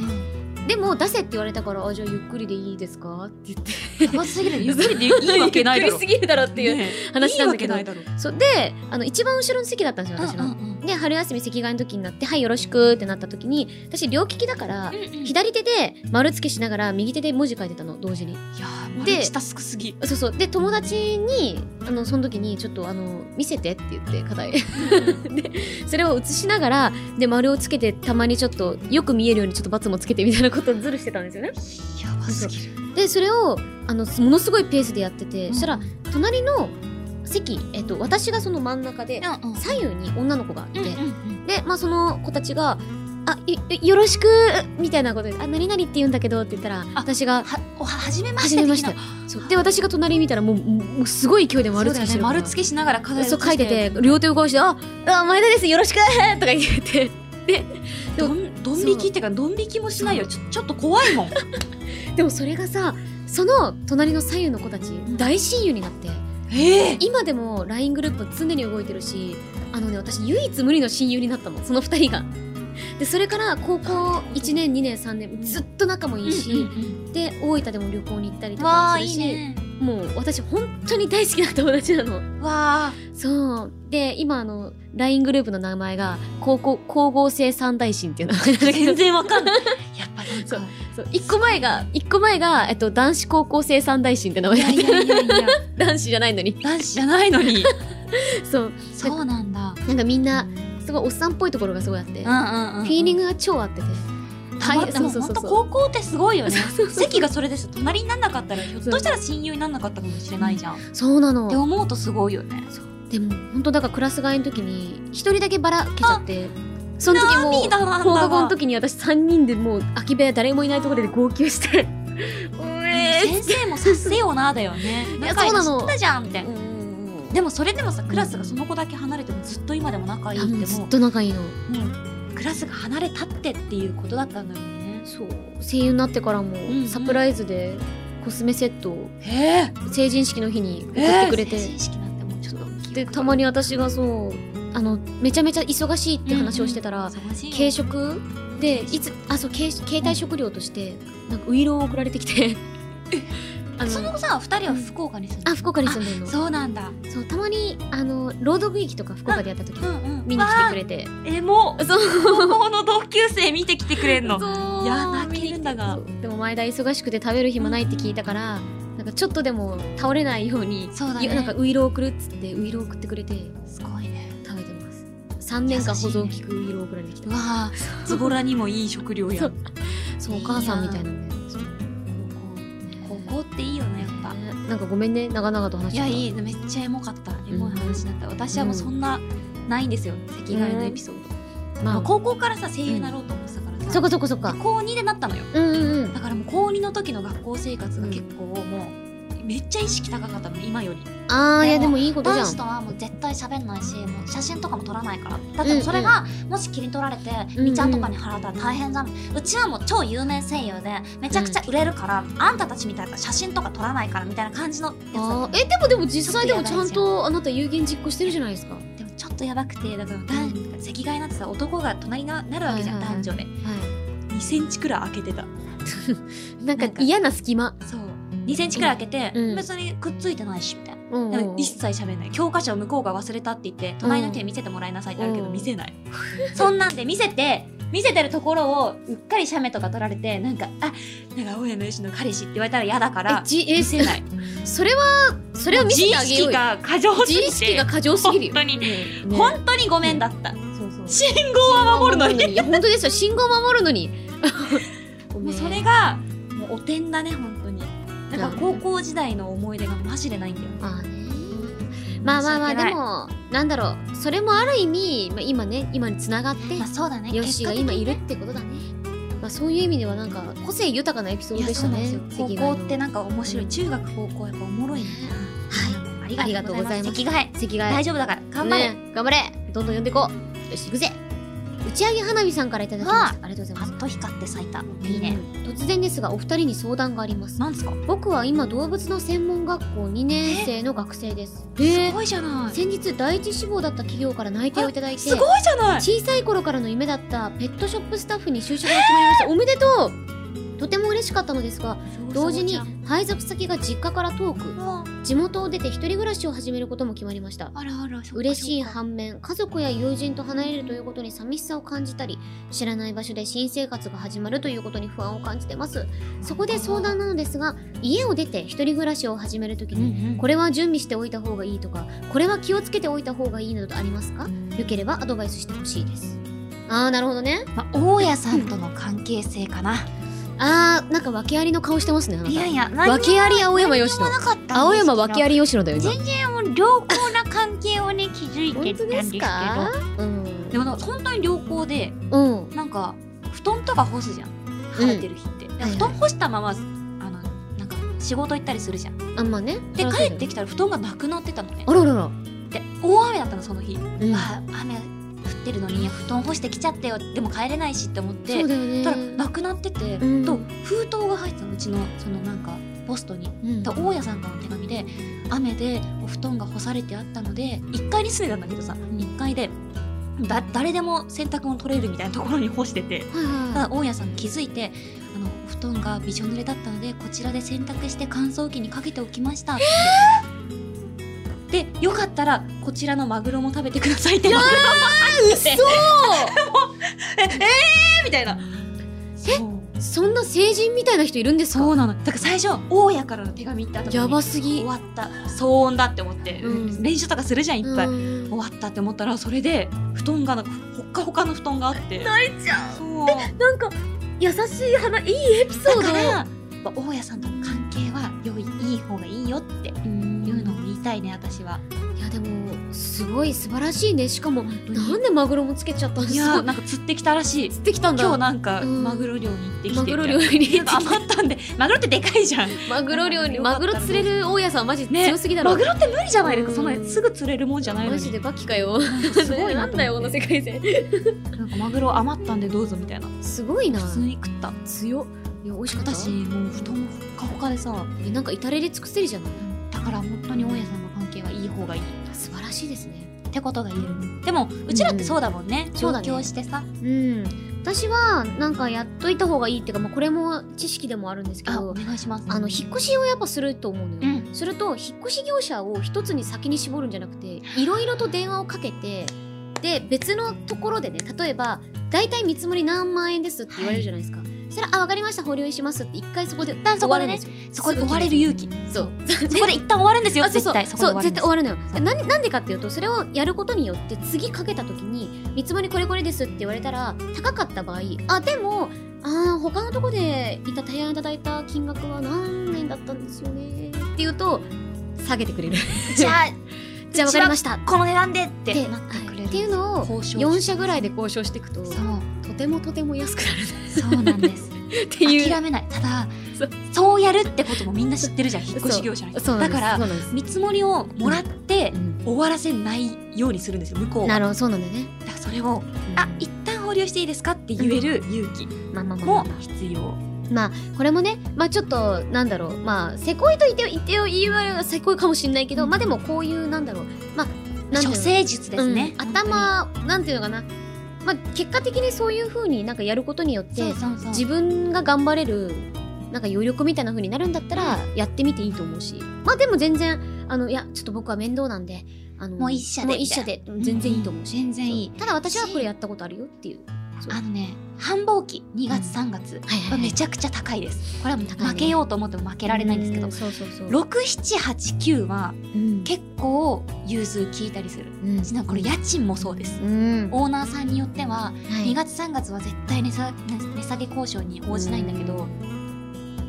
S2: でも出せって言われたからあじゃあゆっくりでいいですかって言って
S1: やばすぎるゆっくりでいいわけないだろ
S2: ゆっくりすぎるだろっていう
S1: ね
S2: 話なんだけど、
S1: いいわけないだろ
S2: そうであの一番後ろの席だったんですよ私の。
S1: うんうんうん
S2: で春休み席替えの時になって「はいよろしく」ってなった時に私両利きだから左手で丸付けしながら右手で文字書いてたの同時に。
S1: いやー
S2: で
S1: マルチタスクすぎ
S2: そうそうで友達にあのその時にちょっとあの見せてって言って課題 でそれを写しながらで丸をつけてたまにちょっとよく見えるようにちょっとバツもつけてみたいなことをずるしてたんですよね
S1: やばすぎる
S2: でそれをあのものすごいペースでやってて、そした
S1: う
S2: ら
S1: ん
S2: 隣の席、えっと、私がその真ん中で
S3: うんうん
S2: 左右に女の子がいて、
S3: うんうん
S2: で、まあ、その子たちが「あいいよろしく」みたいなことで「あ何々って言うんだけど」って言ったら私が
S1: はおは初めまし
S2: 始
S1: て
S2: めま
S1: 的
S2: し
S1: な
S2: たそうで私が隣見たらもうもうすごい勢いで丸
S1: そう
S2: つ
S1: だ
S2: け
S1: よ
S2: し
S1: ね
S2: てるから
S1: 丸付けしながら課題
S2: そう
S1: 写
S2: 書いてて両手を動して「ああ前田ですよろしく」 とか言って
S1: どんどん引きってかどん引きもしないよちょちょっと怖いもん
S2: でもそれがさその隣の左右の子たち
S1: ん
S2: 大親友になって
S1: ええ
S2: 今でも LINE グループ常に動いてるしあのね私唯一無二の親友になったのその2人が。でそれから高校1年2年3年ずっと仲もいいし、で大分でも旅行に行ったりとか
S3: わ
S2: も
S3: あ
S2: する
S3: いい
S2: し
S3: ね
S2: もう私本当に大好きな友達なの。
S1: わあ
S2: そうで今あの LINE グループの名前が高校光合成三大神っていう名前なんだけど
S1: 全然わかんないやっぱなんか
S2: そう一個前が一個前が、えっと、男子高校生三大神って名
S1: い
S2: 前だ
S1: や
S2: っ
S1: い
S2: て
S1: やいやいや
S2: 男子じゃないのに
S1: 男子じゃないのに
S2: そう
S1: そうなんだ
S2: なんかみんなすごいおっさんっぽいところがすごいあって、
S1: うんうんうん
S2: フィーリン
S1: グ
S2: グが超合ってて、
S1: はいでも本当高校ってすごいよね
S2: そうそう
S1: 席がそれです隣になんなかったらひょっとしたら親友になんなかったかもしれないじゃんっ
S2: そうなの
S1: て思うとすごいよね
S2: でも本当だからクラス替えの時に一人だけバラけちゃってその時もう
S1: 涙なんだ
S2: 放
S1: わ
S2: 課後の時に私三人でもう空き部屋誰もいないところで号泣して 「うえー
S1: 先
S2: っ
S1: 生もさせよなだよね
S2: いや
S1: 仲良
S2: そうな
S1: く
S2: の
S1: 知ったじゃんみたいな
S2: うん
S1: でもそれでもさクラスがその子だけ離れてもずっと今でも仲いい
S2: あ
S1: っても
S2: もう
S1: う
S2: ずっと仲いいの
S1: もうクラスが離れたってっていうことだったんだよね
S2: そう声優になってからも
S1: んうん
S2: サプライズでコスメセットを
S1: へえ
S2: 成人式の日に送ってくれて、
S1: 成人式なんてもうちょっと記憶
S2: でたまに私がそうあのめちゃめちゃ忙しいって話をしてたら、
S1: 忙しいよ
S2: 軽食 でいつあそう携携帯食料としてなんかウイロンを送られてきてあの
S1: その後さ二人は福岡に住んで
S2: あ
S1: る
S2: 福岡に住んでるのそう
S1: そうなんだ
S2: たまにあの朗読劇とか福岡でやった時
S1: うんうん
S2: 見に来てくれて
S1: えも
S2: そう
S1: 高校の同級生見てきてくれんの
S2: そう
S1: いや泣けるんだが
S2: そうでも前田忙しくて食べる暇ないって聞いたからなんかちょっとでも倒れないように
S1: そうだ
S2: い
S1: ね
S2: やなんかウイロ送るっつってウイロ送ってくれて
S1: すごいね
S2: 食べてます3年間保存効くウイロ送られてきた、
S1: うわあズボラにもいい食料
S2: そ
S1: や
S2: うそうお母さんみたいなんでそう
S1: 高校っていいよねやっぱ
S2: ねなんかごめんね長々と話し
S1: い
S2: ちゃっ
S1: や
S2: た
S1: いいめっちゃエモかったエモい話だった、私はもうそんなないんですよ赤外のエピソード、
S2: ま
S1: まあ、
S2: あ
S1: 高校からさ声優になろうと思ってたからさ、
S2: そこそこそっか
S1: で高2でなったのよ
S2: うんうんうん
S1: だからもう高2の時の学校生活が結構もうめっちゃ意識高かったの今より
S2: あーいやで
S1: で
S2: もいいことじゃ
S1: 男
S2: ん
S1: 子とはもう絶対喋んないしもう写真とかも撮らないからだってもうそれがもし切り取られて、
S2: うん
S1: みちゃんとかに払ったら大変じゃんうちはもう超有名声優でめちゃくちゃ売れるから、あんたたちみたいな写真とか撮らないからみたいな感じのやつだったの
S2: あーえでもでも実際でもちゃんとあなた有言実行してるじゃないですかは
S1: でもちょっとやばくてだから男赤外なんてさ男が隣にななるわけじゃん、
S2: はいはいはい
S1: 男女で2センチくらい開けてた
S2: い なんか
S1: なんか
S2: 嫌な隙間
S1: そう2センチくらい開けて、
S2: うん
S1: 別にくっついてないしみたいな、
S2: うん
S1: で
S2: うん
S1: も一切喋んない教科書を向こうが忘れたって言って隣の人に見せてもらいなさいってあるけど、
S2: うん
S1: 見せないそんなんで見せて見せてるところをうっかり写メとか撮られてなんか「あなんか大家の吉の彼氏」って言われたら嫌だから
S2: えじえ
S1: 見せない
S2: それはそれは見せてあげようよ
S1: が過剰すぎ
S2: 自
S1: て
S2: 意識が過剰すぎるよ
S1: 本当に、
S2: うんね
S1: 本当にごめんだった、
S2: そうそう
S1: 信号は守るのに
S2: 本当ですよ信号守る のにご
S1: も
S2: め
S1: うんそれがもうおてんだね本当になんか
S2: なるほ
S1: 高
S2: ど
S1: 校時代の思い出がマジでないんだよ
S2: まあねまあまあまあ
S1: 申し訳ない
S2: でもなんだろうそれもある意味、まあ、今ね今につながって
S1: まあそうだね
S2: ヨッシーが今いるってことだね、まあ、そういう意味ではなんか個性豊かなエピソー
S1: い
S2: ド
S1: や
S2: でし
S1: そ
S2: た
S1: うなんで
S2: ね
S1: すよ高
S2: 席替えの
S1: 校ってなんか面白い中学高校やっぱおもろいねはい
S2: ありがとうございます
S1: 席替え
S2: 席替え
S1: 大丈夫だから頑張れ
S2: ね頑張れどんどん呼んでいこうよし行くぜ打ち上げ花火さんからいただきましたありがとうござい
S1: パ
S2: ます
S1: ッと光って咲いたいいね
S2: うん突然ですがお二人に相談があります
S1: なんですか
S2: 僕は今動物の専門学校2年生の学生です
S1: すごいじゃない
S2: 先日第一志望だった企業から内定をいただいて
S1: すごいじゃない
S2: 小さい頃からの夢だったペットショップスタッフに就職が決まりました、おめでとうとても嬉しかったのですが同時に
S1: そう
S2: 配属先が実家から遠く
S1: そうじゃん
S2: 地元を出て一人暮らしを始めることも決まりました
S1: あらあらそっか
S2: 嬉しい
S1: そっか
S2: 反面家族や友人と離れるということに寂しさを感じたり知らない場所で新生活が始まるということに不安を感じてますそこで相談なのですが家を出て一人暮らしを始めるとき
S1: うん
S2: に
S1: うん
S2: これは準備しておいた方がいいとかこれは気をつけておいた方がいいなどとありますかよければアドバイスしてほしいですあーなるほどね
S1: まあ大家さんとの関係性かな
S2: あーなんか訳ありの顔してますねあない
S1: や
S2: た
S1: いや何も
S2: 訳あり青山吉野
S1: なかったんですけど
S2: 青山訳あり吉野だよ今
S1: 全然もう良好な関係をね築いて
S2: 本
S1: った
S2: 当
S1: んで
S2: ですす
S1: けど
S2: かうん
S1: でもなんか本当に良好で
S2: うん
S1: なんか布団とか干すじゃん晴れてる日って、
S2: はいはい
S1: 布団干したままあのなんか仕事行ったりするじゃん
S2: あんまあね
S1: で
S2: そらそうだ
S1: 帰
S2: よ
S1: ってきたら布団がなくなってたのね
S2: あららら
S1: で大雨だったのその日、
S2: うん
S1: あ雨降ってるのに布団干してきちゃったよでも帰れないしって思って
S2: そうだよね
S1: たらなくなってて、
S2: うん
S1: と封筒が入ってたのうちのそのなんかポストに
S2: うん
S1: で大家さんからの手紙で雨でお布団が干されてあったので1階に住んでたんだけどさ1階でだ誰でも洗濯物取れるみたいなところに干してて
S2: はいはい
S1: ただ大家さん気づいてあのお布団がびしょ濡れだったのでこちらで洗濯して乾燥機にかけておきましたって、でよかったらこちらのマグロも食べてくださいってマグロ
S2: う っ
S1: てええー、みたいなそう
S2: そそんな成人みたいな人いるんですか
S1: そうなのだから最初大家からの手紙ってあった時に
S2: やばす
S1: 終
S2: ぎ
S1: わった騒音だって思って、
S2: うん
S1: 練習とかするじゃんいっぱい、
S2: うん
S1: 終わったって思ったらそれで布団がなんかほっかほかの布団があって泣いちゃうそう
S2: なんか優しい花いいエピソード
S1: だからやっぱ大家さんとの関係は良いいい方がいいよっていうのを言いたいね私はい
S2: やでもすごい素晴らしいねしかも
S1: 本当に
S2: なんでマグロもつけちゃったんで
S1: い
S2: す
S1: や
S2: か
S1: ーなんか釣ってきたらしい
S2: 釣ってきたんだ
S1: 今日なんか
S2: うん
S1: マグロ漁に行ってきて
S2: マグロ漁に
S1: みたいななんか余ったんでマグロってでかいじゃん
S2: マグロ漁に
S1: よかった
S2: マグロ釣れる大家さんマジ
S1: ね
S2: 強すぎだろ、
S1: マグロって無理じゃないですか
S2: うん
S1: そんなすぐ釣れるもんじゃないの
S2: マ
S1: に
S2: ジでバキかよ
S1: なんかすごい
S2: な
S1: なんと
S2: だよ
S1: 思
S2: こ
S1: っ
S2: の
S1: て
S2: 世界線
S1: なんかマグロ余ったんでどうぞみたいな
S2: すごいな
S1: 普通に食った
S2: 強いや美味しかった
S1: 私もう布団ほっかほかでさ
S2: えなんか至れり尽くせりじゃない
S1: だから本当に大家さんの関係はいい方がいい
S2: 素晴らしいですね
S1: ってことが言えるでもうちらってそうだもんね、
S2: んそう
S1: 上
S2: だね
S1: 京してさ
S2: うん私はなんかやっといた方がいいっていうか、まあ、これも知識でもあるんですけ
S3: あ
S2: ど
S3: お願いします
S2: あの引っ越しをやっぱすると思うのよ、
S3: うん
S2: すると引っ越し業者を一つに先に絞るんじゃなくていろいろと電話をかけてで別のところでね例えば大体見積もり何万円ですって言われるじゃないですか、そしたら「あ分かりました保留します」って一回そこで
S1: 旦そこで
S2: 終わるん
S1: ね
S2: ですよ
S1: そこで終われる勇気
S2: そう
S1: そこで一旦終わるんですよ
S2: あそう
S1: 絶
S2: そう
S1: 対
S2: そう絶対終わるのよ
S1: そう
S2: ななんでかっていうとそれをやることによって次かけた時に見積もりこれこれですって言われたら高かった場合あでもあー他のとこでいた提案いただいた金額は何円だったんですよねっていうと下げてくれる
S1: じゃあ
S2: じゃあ分かりましたっ
S1: この値段でって
S2: て
S1: なってくれ
S2: は
S1: る
S2: いっていうのを
S1: 交渉
S2: 4社ぐらいで交渉していくと
S1: そ
S2: と
S1: う
S2: てもとても安くなる
S1: そうなん です
S2: っていう
S1: 諦めないただ
S2: そう
S1: そうやるってこともみんな知ってるじゃん引っ越し業者の人
S2: そうな
S1: だ
S2: んです
S1: から
S2: そうなんです
S1: 見積もりをもらって
S2: うん
S1: 終わらせないようにするんですよ向こうは
S2: なるほどそうなんだよね、
S1: だからそれを
S2: うん
S1: あ一旦保留していいですかって言える勇気
S2: まあまあまあまあ
S1: も必要
S2: まあこれもねまあちょっとなんだろうまあせこいと言って言って言われるせこいかもしれないけど、まあでもこういうなんだろうまあなんていう
S1: 女
S2: の
S1: 性術ですね、
S2: うん頭なんていうのかなまあ結果的にそういう風になんかやることによって
S3: そうそうそう
S2: 自分が頑張れるなんか余力みたいな風になるんだったらやってみていいと思うしまあでも全然あのいやちょっと僕は面倒なんであの
S3: もう一社で
S2: もう一社で全然いいと思うし、
S1: 全然いい
S2: ただ私はこれやったことあるよっていう
S1: あのね繁忙期2月3月
S2: はいは
S1: は
S2: いはい
S1: めちゃくちゃ高いですこれはもう
S2: 高いね
S1: 負けようと思っても負けられないんですけど
S2: うそうそうそう、
S1: 6789は
S2: うん
S1: 結構融通聞いたりする
S2: うん
S1: ちなみにこれ家賃もそうです
S2: うん
S1: オーナーさんによっては
S2: はい
S1: 2月3月は絶対値下げ値下げ交渉に応じないんだけど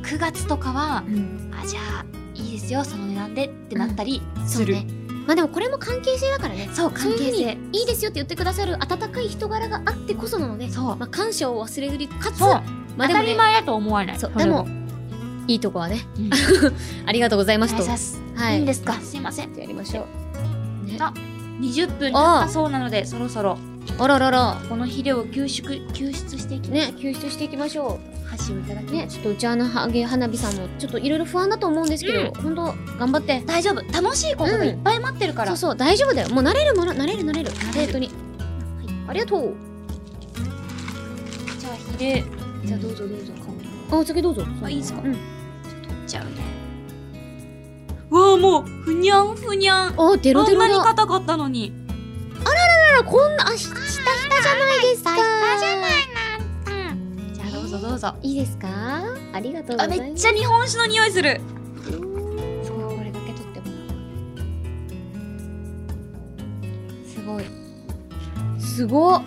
S1: 9月とかは
S2: うん
S1: あじゃあいいですよその値段でってなったり
S2: そう
S1: する、
S2: ねまあでもこれも関係性だからね
S1: そう
S2: そう
S1: 関
S2: いうふう
S1: 係
S2: に
S1: 性
S2: いいですよって言ってくださる温かい人柄があってこそなので、
S1: そう
S2: まあ、感謝を忘れずにかつ
S1: そう
S2: ま
S1: 当
S2: あでも
S1: た
S2: ね
S1: り前だと思わない
S2: そう
S1: れ
S2: で
S1: は
S2: もいいとこはね、
S1: うん
S2: ありがとうございま
S1: お
S2: す
S1: 願い
S2: と
S1: します
S2: はい
S1: いんですすかすいません
S2: やりましょう、ね、
S1: あ20分経っ
S2: あ
S1: た
S2: あ
S1: そうなのでそろそろ
S2: あららら
S1: この肥料を吸縮救出していき
S2: ね救出していきましょ
S1: 箸をいただき
S2: う
S1: ま
S2: ね
S1: す
S2: ちょっとうちあのはげ花火さんもちょっといろいろ不安だと思うんですけど、本当頑張って
S1: 大丈夫楽しいことがいっぱい待ってるから、
S2: そうそう大丈夫だよもう慣れるもの慣れる慣れる本当に、ありがとう
S1: じゃあひでじゃあどうぞどうぞ
S2: あお酒どうぞ
S1: あいいですか
S2: うん
S1: じゃあねわあもうふにゃんふにゃん
S2: あデロ
S1: あ
S2: デ
S1: ん
S2: ロ
S1: な
S2: だ
S1: に硬かったのに
S2: あらこんなあひ下下じゃないですか下じゃない
S1: じゃあどうぞどうぞ
S2: いいですかありがとうござ
S1: あ
S2: います
S1: めっちゃ日本酒の匂いする
S2: そうこれだけ取っても
S3: すごい
S2: すごっ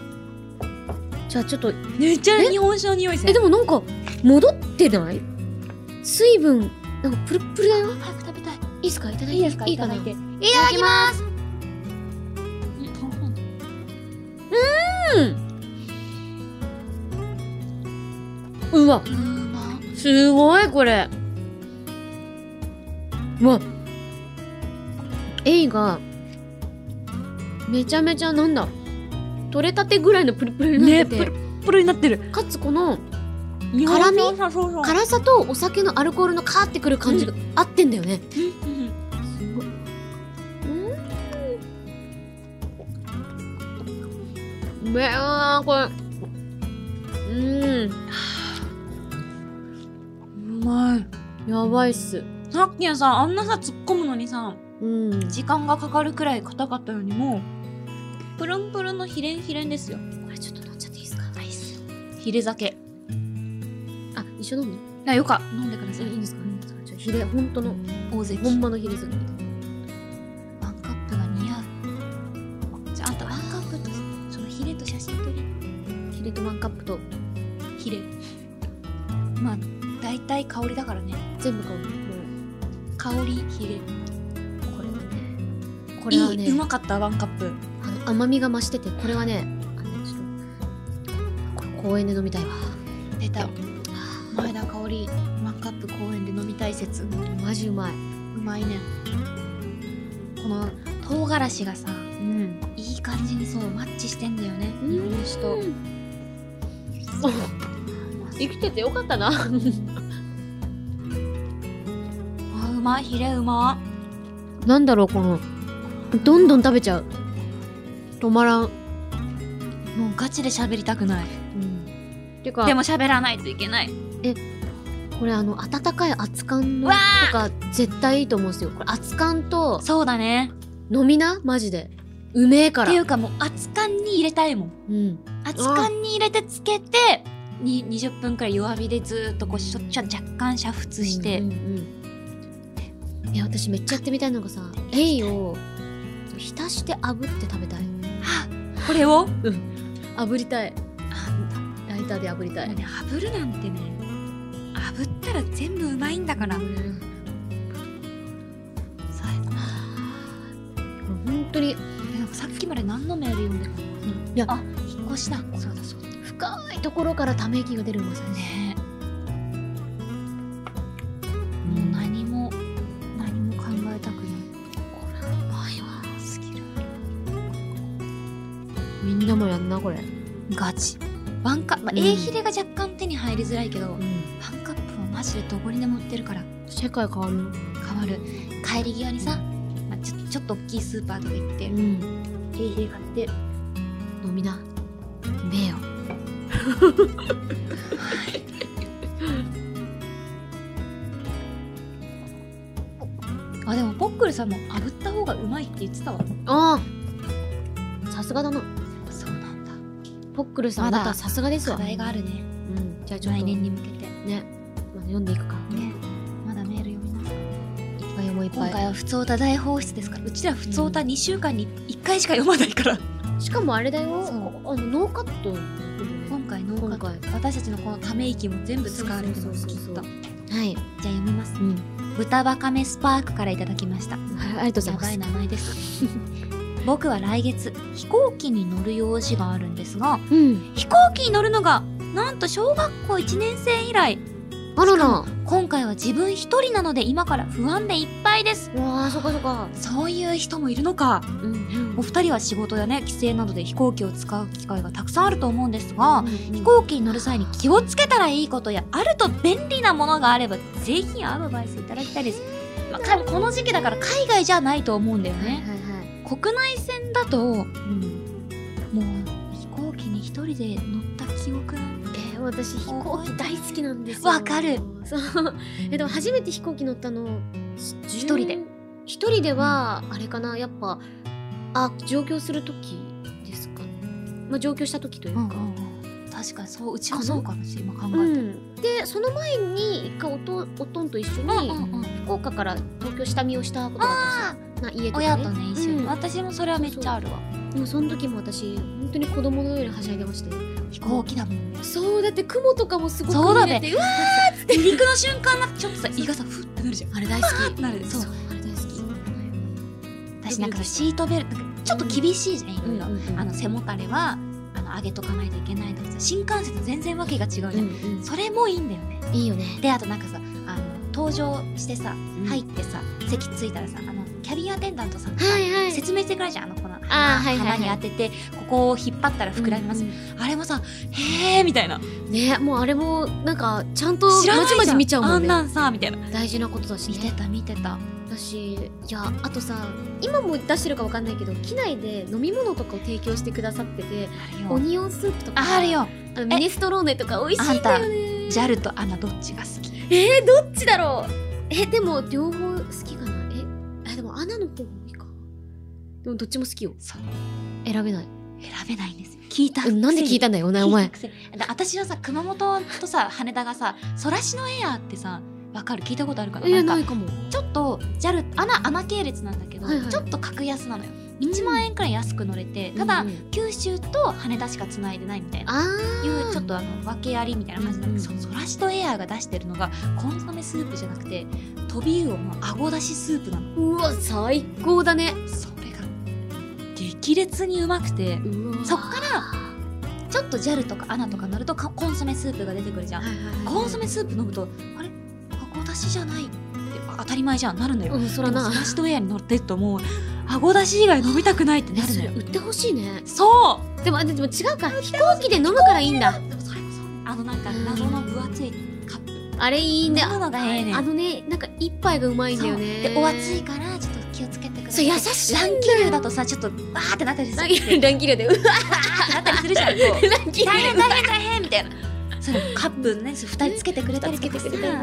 S2: じゃあちょっと
S1: めっちゃ
S2: え
S1: 日本酒の匂いする
S2: えでもなんか戻ってない水分なんかプルップルだよ
S1: 早く食べたい
S2: いいですかいただいて
S1: いいですか
S2: いいかない
S1: ただいて
S2: ただきますうわすごいこれうわエイがめちゃめちゃなんだ取れたてぐらいのプルプルにな
S1: ね
S2: って
S1: プ
S2: て、
S1: ルプルになってる
S2: かつこの
S1: 日本
S2: 辛み
S1: 酒のそうそう
S2: 辛さとお酒のアルコールのカーってくる感じが合ってんだよね、
S1: うんうん
S2: すごいうんうめえなこれうん
S1: うまい
S2: やばいっす
S1: さっきはさあんなさ突っ込むのにさ
S2: うん
S1: 時間がかかるくらい硬かったのにもうプルンプルンのヒレンヒレンですよ
S2: これちょっと飲んじゃっていいですかいいっす
S1: ヒレ酒
S2: あ一緒飲む
S1: あよか飲んでください
S2: いいんですかじゃあヒレ本当の
S1: 大関
S2: 本場のヒレ酒
S1: ワンカップが似合うじゃああとワンカップとそのヒレと写真撮り
S2: ヒレとワンカップと
S1: ヒレまあ大体香りだからね
S2: 全部買うも
S1: 香りヒレ
S2: うこれはねこれはね
S1: いいうまかったワンカップ
S2: あの甘みが増しててこれはねあのちょっとこれ公園で飲みたいわ
S1: 出た前田香織ワンカップ公園で飲みたい説
S2: マジうまいう
S1: まいねこの唐辛子がさ
S2: うん
S1: いい感じにそうマッチしてんだよね
S2: うん
S1: 日本酒と
S2: 生きててよかったな
S1: あうまいヒレうま
S2: なんだろうこのどんどん食べちゃう止まらん
S1: もうガチで喋りたくない
S2: うんていうか
S1: でも喋らないといけない
S2: これあの温かい熱燗の
S1: わ
S2: とか絶対いいと思うんですよこれ熱燗と
S1: そうだね
S2: 飲みなマジでうめえか
S1: っ
S2: ら
S1: ていうかもう熱燗に入れたいもん
S2: うん
S1: 熱燗に入れてつけてに20分くらい弱火でずーっとこうしょっちょ若干煮沸して、
S2: うんうんうんいや私めっちゃやってみたいのがさエイを浸して炙って食べたい
S1: これを、
S2: 炙りたい
S1: あ
S2: ライターで炙りたい、
S1: もうね炙るなんてね炙ったら全部うまいんだから、
S2: うん
S1: さあ
S2: 本当に
S1: なんかさっきまで何のメール読んでたの
S2: いや
S1: あ引っ越しだそうだそうだ
S2: 深いところからため息が出るまさね
S1: ねもう何も何も考えたくない
S2: みんなもやんなこれ、
S1: ガチワンカップ、まあ
S2: うん
S1: A ヒレが若干手に入りづらいけど、ワン
S2: ん、
S1: カップはマジでどこにでも売ってるから
S2: 世界変わる
S1: 変わる帰り際にさ、まあ、ちょちょっと大きいスーパーとか行って、
S2: ん経費買って飲みな名よ
S1: あでもポックルさんも炙った方がうまいって言ってたわ
S2: ああさすがだな
S1: そうなんだ
S2: ポックルさ
S1: ま
S2: んあ
S1: だ
S2: なたさすがです
S1: 課
S2: わ、
S1: 題があるね
S2: うん、じゃあちょっ
S1: 来年
S2: とね
S1: に向けてね
S2: まあ読んでいくか
S1: まだメール読みます
S2: いっぱい読もういっぱ
S1: 今
S2: い
S1: 回は普通歌大放出ですからうちら普通歌2週間に1回しか読まないから、
S2: しかもあれだよ
S1: そう
S2: あのノーカットの部分ね
S1: 今回の
S2: 今回
S1: 私たちのこのため息も全部使われてます
S2: そう
S1: きっ
S2: そうそう
S1: と
S2: そう
S1: じゃ
S2: はい、
S1: あ読みます
S2: うん、
S1: 豚バカめスパークからいただきました
S2: はいありがとうござ
S1: や
S2: いま
S1: ば
S2: す
S1: い名前です 僕は来月飛行機に乗る用事があるんですが
S2: うん
S1: 飛行機に乗るのがなんと小学校1年生以来
S2: あららわ
S1: 今回は自分一人なので今から不安でいっぱいです
S2: あそっかそっか
S1: そういう人もいるのか
S2: うんうん
S1: お二人は仕事やね帰省などで飛行機を使う機会がたくさんあると思うんですが、飛
S2: 飛
S1: 行機に乗る際に気をつけたらいいことやあると便利なものがあればぜひアドバイスいただきたいです、まあ、多分この時期だから海外じゃないと思うんだよ
S2: はい
S1: ね
S2: はいはい
S1: 国内線だと
S2: うん
S1: もう飛行機に一人で乗った記憶なんて
S2: えー私飛行機大好きなんですよ
S1: わかる
S2: そうえでも初めて飛行機乗ったの一
S1: 人で
S2: 一人ではあれかなやっぱあ上京する時ですかねまあ上京した時というか、
S1: 確かにそううちもそうかもしれない今考
S2: う
S1: えて
S2: ん、でその前に一回おとおとんと一緒に
S1: うんうんうん
S2: 福岡から東京下見をしたことがあったんですよな家
S1: 親
S2: と
S1: と
S2: かね
S1: ね一緒に、
S2: うん
S1: 私もそれはめっちゃあるわ
S2: でもその時も私本当に子供のようにはしゃいでまして
S1: 飛行機だもんね
S2: そうだって雲とかもすごく
S1: そうだ
S2: 見
S1: ね
S2: れてうわ
S1: 離陸の瞬間なんかちょっとさ胃がさふってなるじゃん
S2: あれ大好き
S1: ってなる
S2: そ
S1: そうう
S2: あれ大好き
S1: 私なんかさシートベルトなんかちょっと厳しいじゃんいろいろ、あの背もたれはあの上げとかないといけないとかさ新幹線と全然わけが違うじゃん、
S2: うん
S1: それもいいんだよね
S2: うんいいよね
S1: であとなんかさあの登場してさ入ってさ席着いたらさあのキャビンアテンダントさんがさ
S2: はいはい
S1: 説明してくれるじゃんあのこの鼻,、
S2: あーはいはいはい
S1: に当ててここを引っ張ったら膨らみます、
S2: うん
S1: あれもさへーみたいな
S2: ねもうあれもなんかちゃんと
S1: 知らない
S2: ま
S1: じゃ
S2: じ
S1: ん
S2: まじ見ちゃうもん
S1: あ
S2: ね
S1: んなんさみたいな
S2: 大事なことだし
S1: 見て
S2: ね
S1: た見てた
S2: 私いやあとさ今も出してるかわかんないけど機内で飲み物とかを提供してくださっててオニオンスープとか
S1: あるよ
S2: あのミネストローネとか美味しいんだよね
S1: ジャルとアナどっちが好き
S2: えー、どっちだろうえでも両方好きかなえあでもアナの方がいいかでもどっちも好きよ
S1: そう
S2: 選べない
S1: 選べないんですよ聞いた
S2: うんなんで聞いたんだよお前お前
S1: くせにだ私はさ熊本とさ羽田がさソラシノエアーってさわかる聞いたことあるかない
S2: や
S1: な
S2: なん い
S1: か
S2: かも
S1: ちょっと JAL 穴穴系列なんだけど、
S2: はいはい
S1: ちょっと格安なのよ
S2: うん
S1: 1万円くらい安く乗れて、ただ、九州と羽田しかつないでないみたいな
S2: ああ
S1: いうちょっとあの訳ありみたいな感じなんで
S2: うんうん
S1: ソラシノエアーが出してるのがコンソメスープじゃなくてトビウオのあごだしスープなの
S2: うわ最高だね
S1: それが激烈にうまくて
S2: うわ
S1: そっからちょっと JAL とか ANA とか乗るとかコンソメスープが出てくるじゃん、
S2: はいはいはい
S1: コンソメスープ飲むとあれあごだしじゃないってあ当たり前じゃんなるのよ、
S2: うんそ
S1: でも
S2: らな
S1: ソラシドエアに乗ってるともうあごだし以外飲みたくないってなる
S2: そ
S1: の
S2: れ
S1: よ
S2: 売ってほしいね
S1: そう
S2: でもあでも違うか飛行機で飲むからいいんだ
S1: でもそれこそあのなんか謎の分厚いカップ
S2: あれいいんだ
S1: 飲むのがええねん
S2: あのねなんか一杯がうまいんだよね
S1: でお熱いからちょっと気をつけてくだ
S2: そ
S1: さ
S2: う
S1: い
S2: 優しい
S1: 乱気流だとさちょっとわー ってなったりする
S2: 乱切れでうわ
S1: なったりするじゃんこう
S2: 乱切
S1: 大
S2: れ
S1: 変大変大変みたいなそれカップね二人つけてくれたりとかさ
S2: つけてくれたり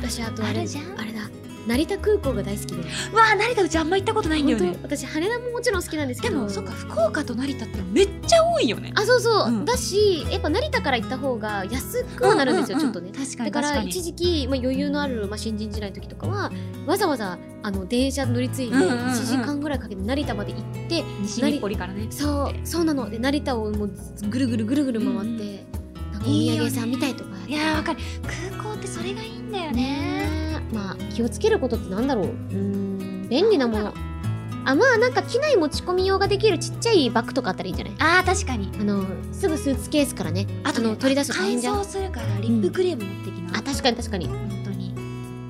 S2: 私あとあれ
S3: あるじゃん
S2: あれだ成田空港が大好きで
S1: わあ成田うちあんま行ったことないんだよね
S2: 本当私羽田ももちろん好きなんですけ
S1: で
S2: ど
S1: もそっか福岡と成田ってめっちゃ多いよね
S2: あそうそう、
S1: うん
S2: だしやっぱ成田から行った方が安くはなるんですよ、
S1: ううう
S2: ちょっとね
S1: 確か
S2: だ
S1: に
S2: から
S1: 確かに
S2: 一時期、まあ、余裕のある、まあ、新人時代の時とかはわざわざあの電車乗り継いで
S1: うんうんうん
S2: 1時間ぐらいかけて成田まで行って、
S1: 西日暮里からね
S2: そうそうなので成田をもうぐるぐるぐるぐる回って、なんかお
S1: いい
S2: 土
S1: よね
S2: 産屋さん見たいとかやって
S1: いやーわかる空港ってそれがいいんだよね
S2: ねまあ気をつけることってなんだろううーん便利なものあまあなんか機内持ち込み用ができるちっちゃいバッグとかあったらいいんじゃない
S1: あー確かに
S2: あのすぐスーツケースからね
S1: あと
S2: あの取り出すと大
S1: 乾
S2: 変じゃん
S1: 燥するからリップクレーム持ってきな、
S2: あ確かに確かに
S1: 本当に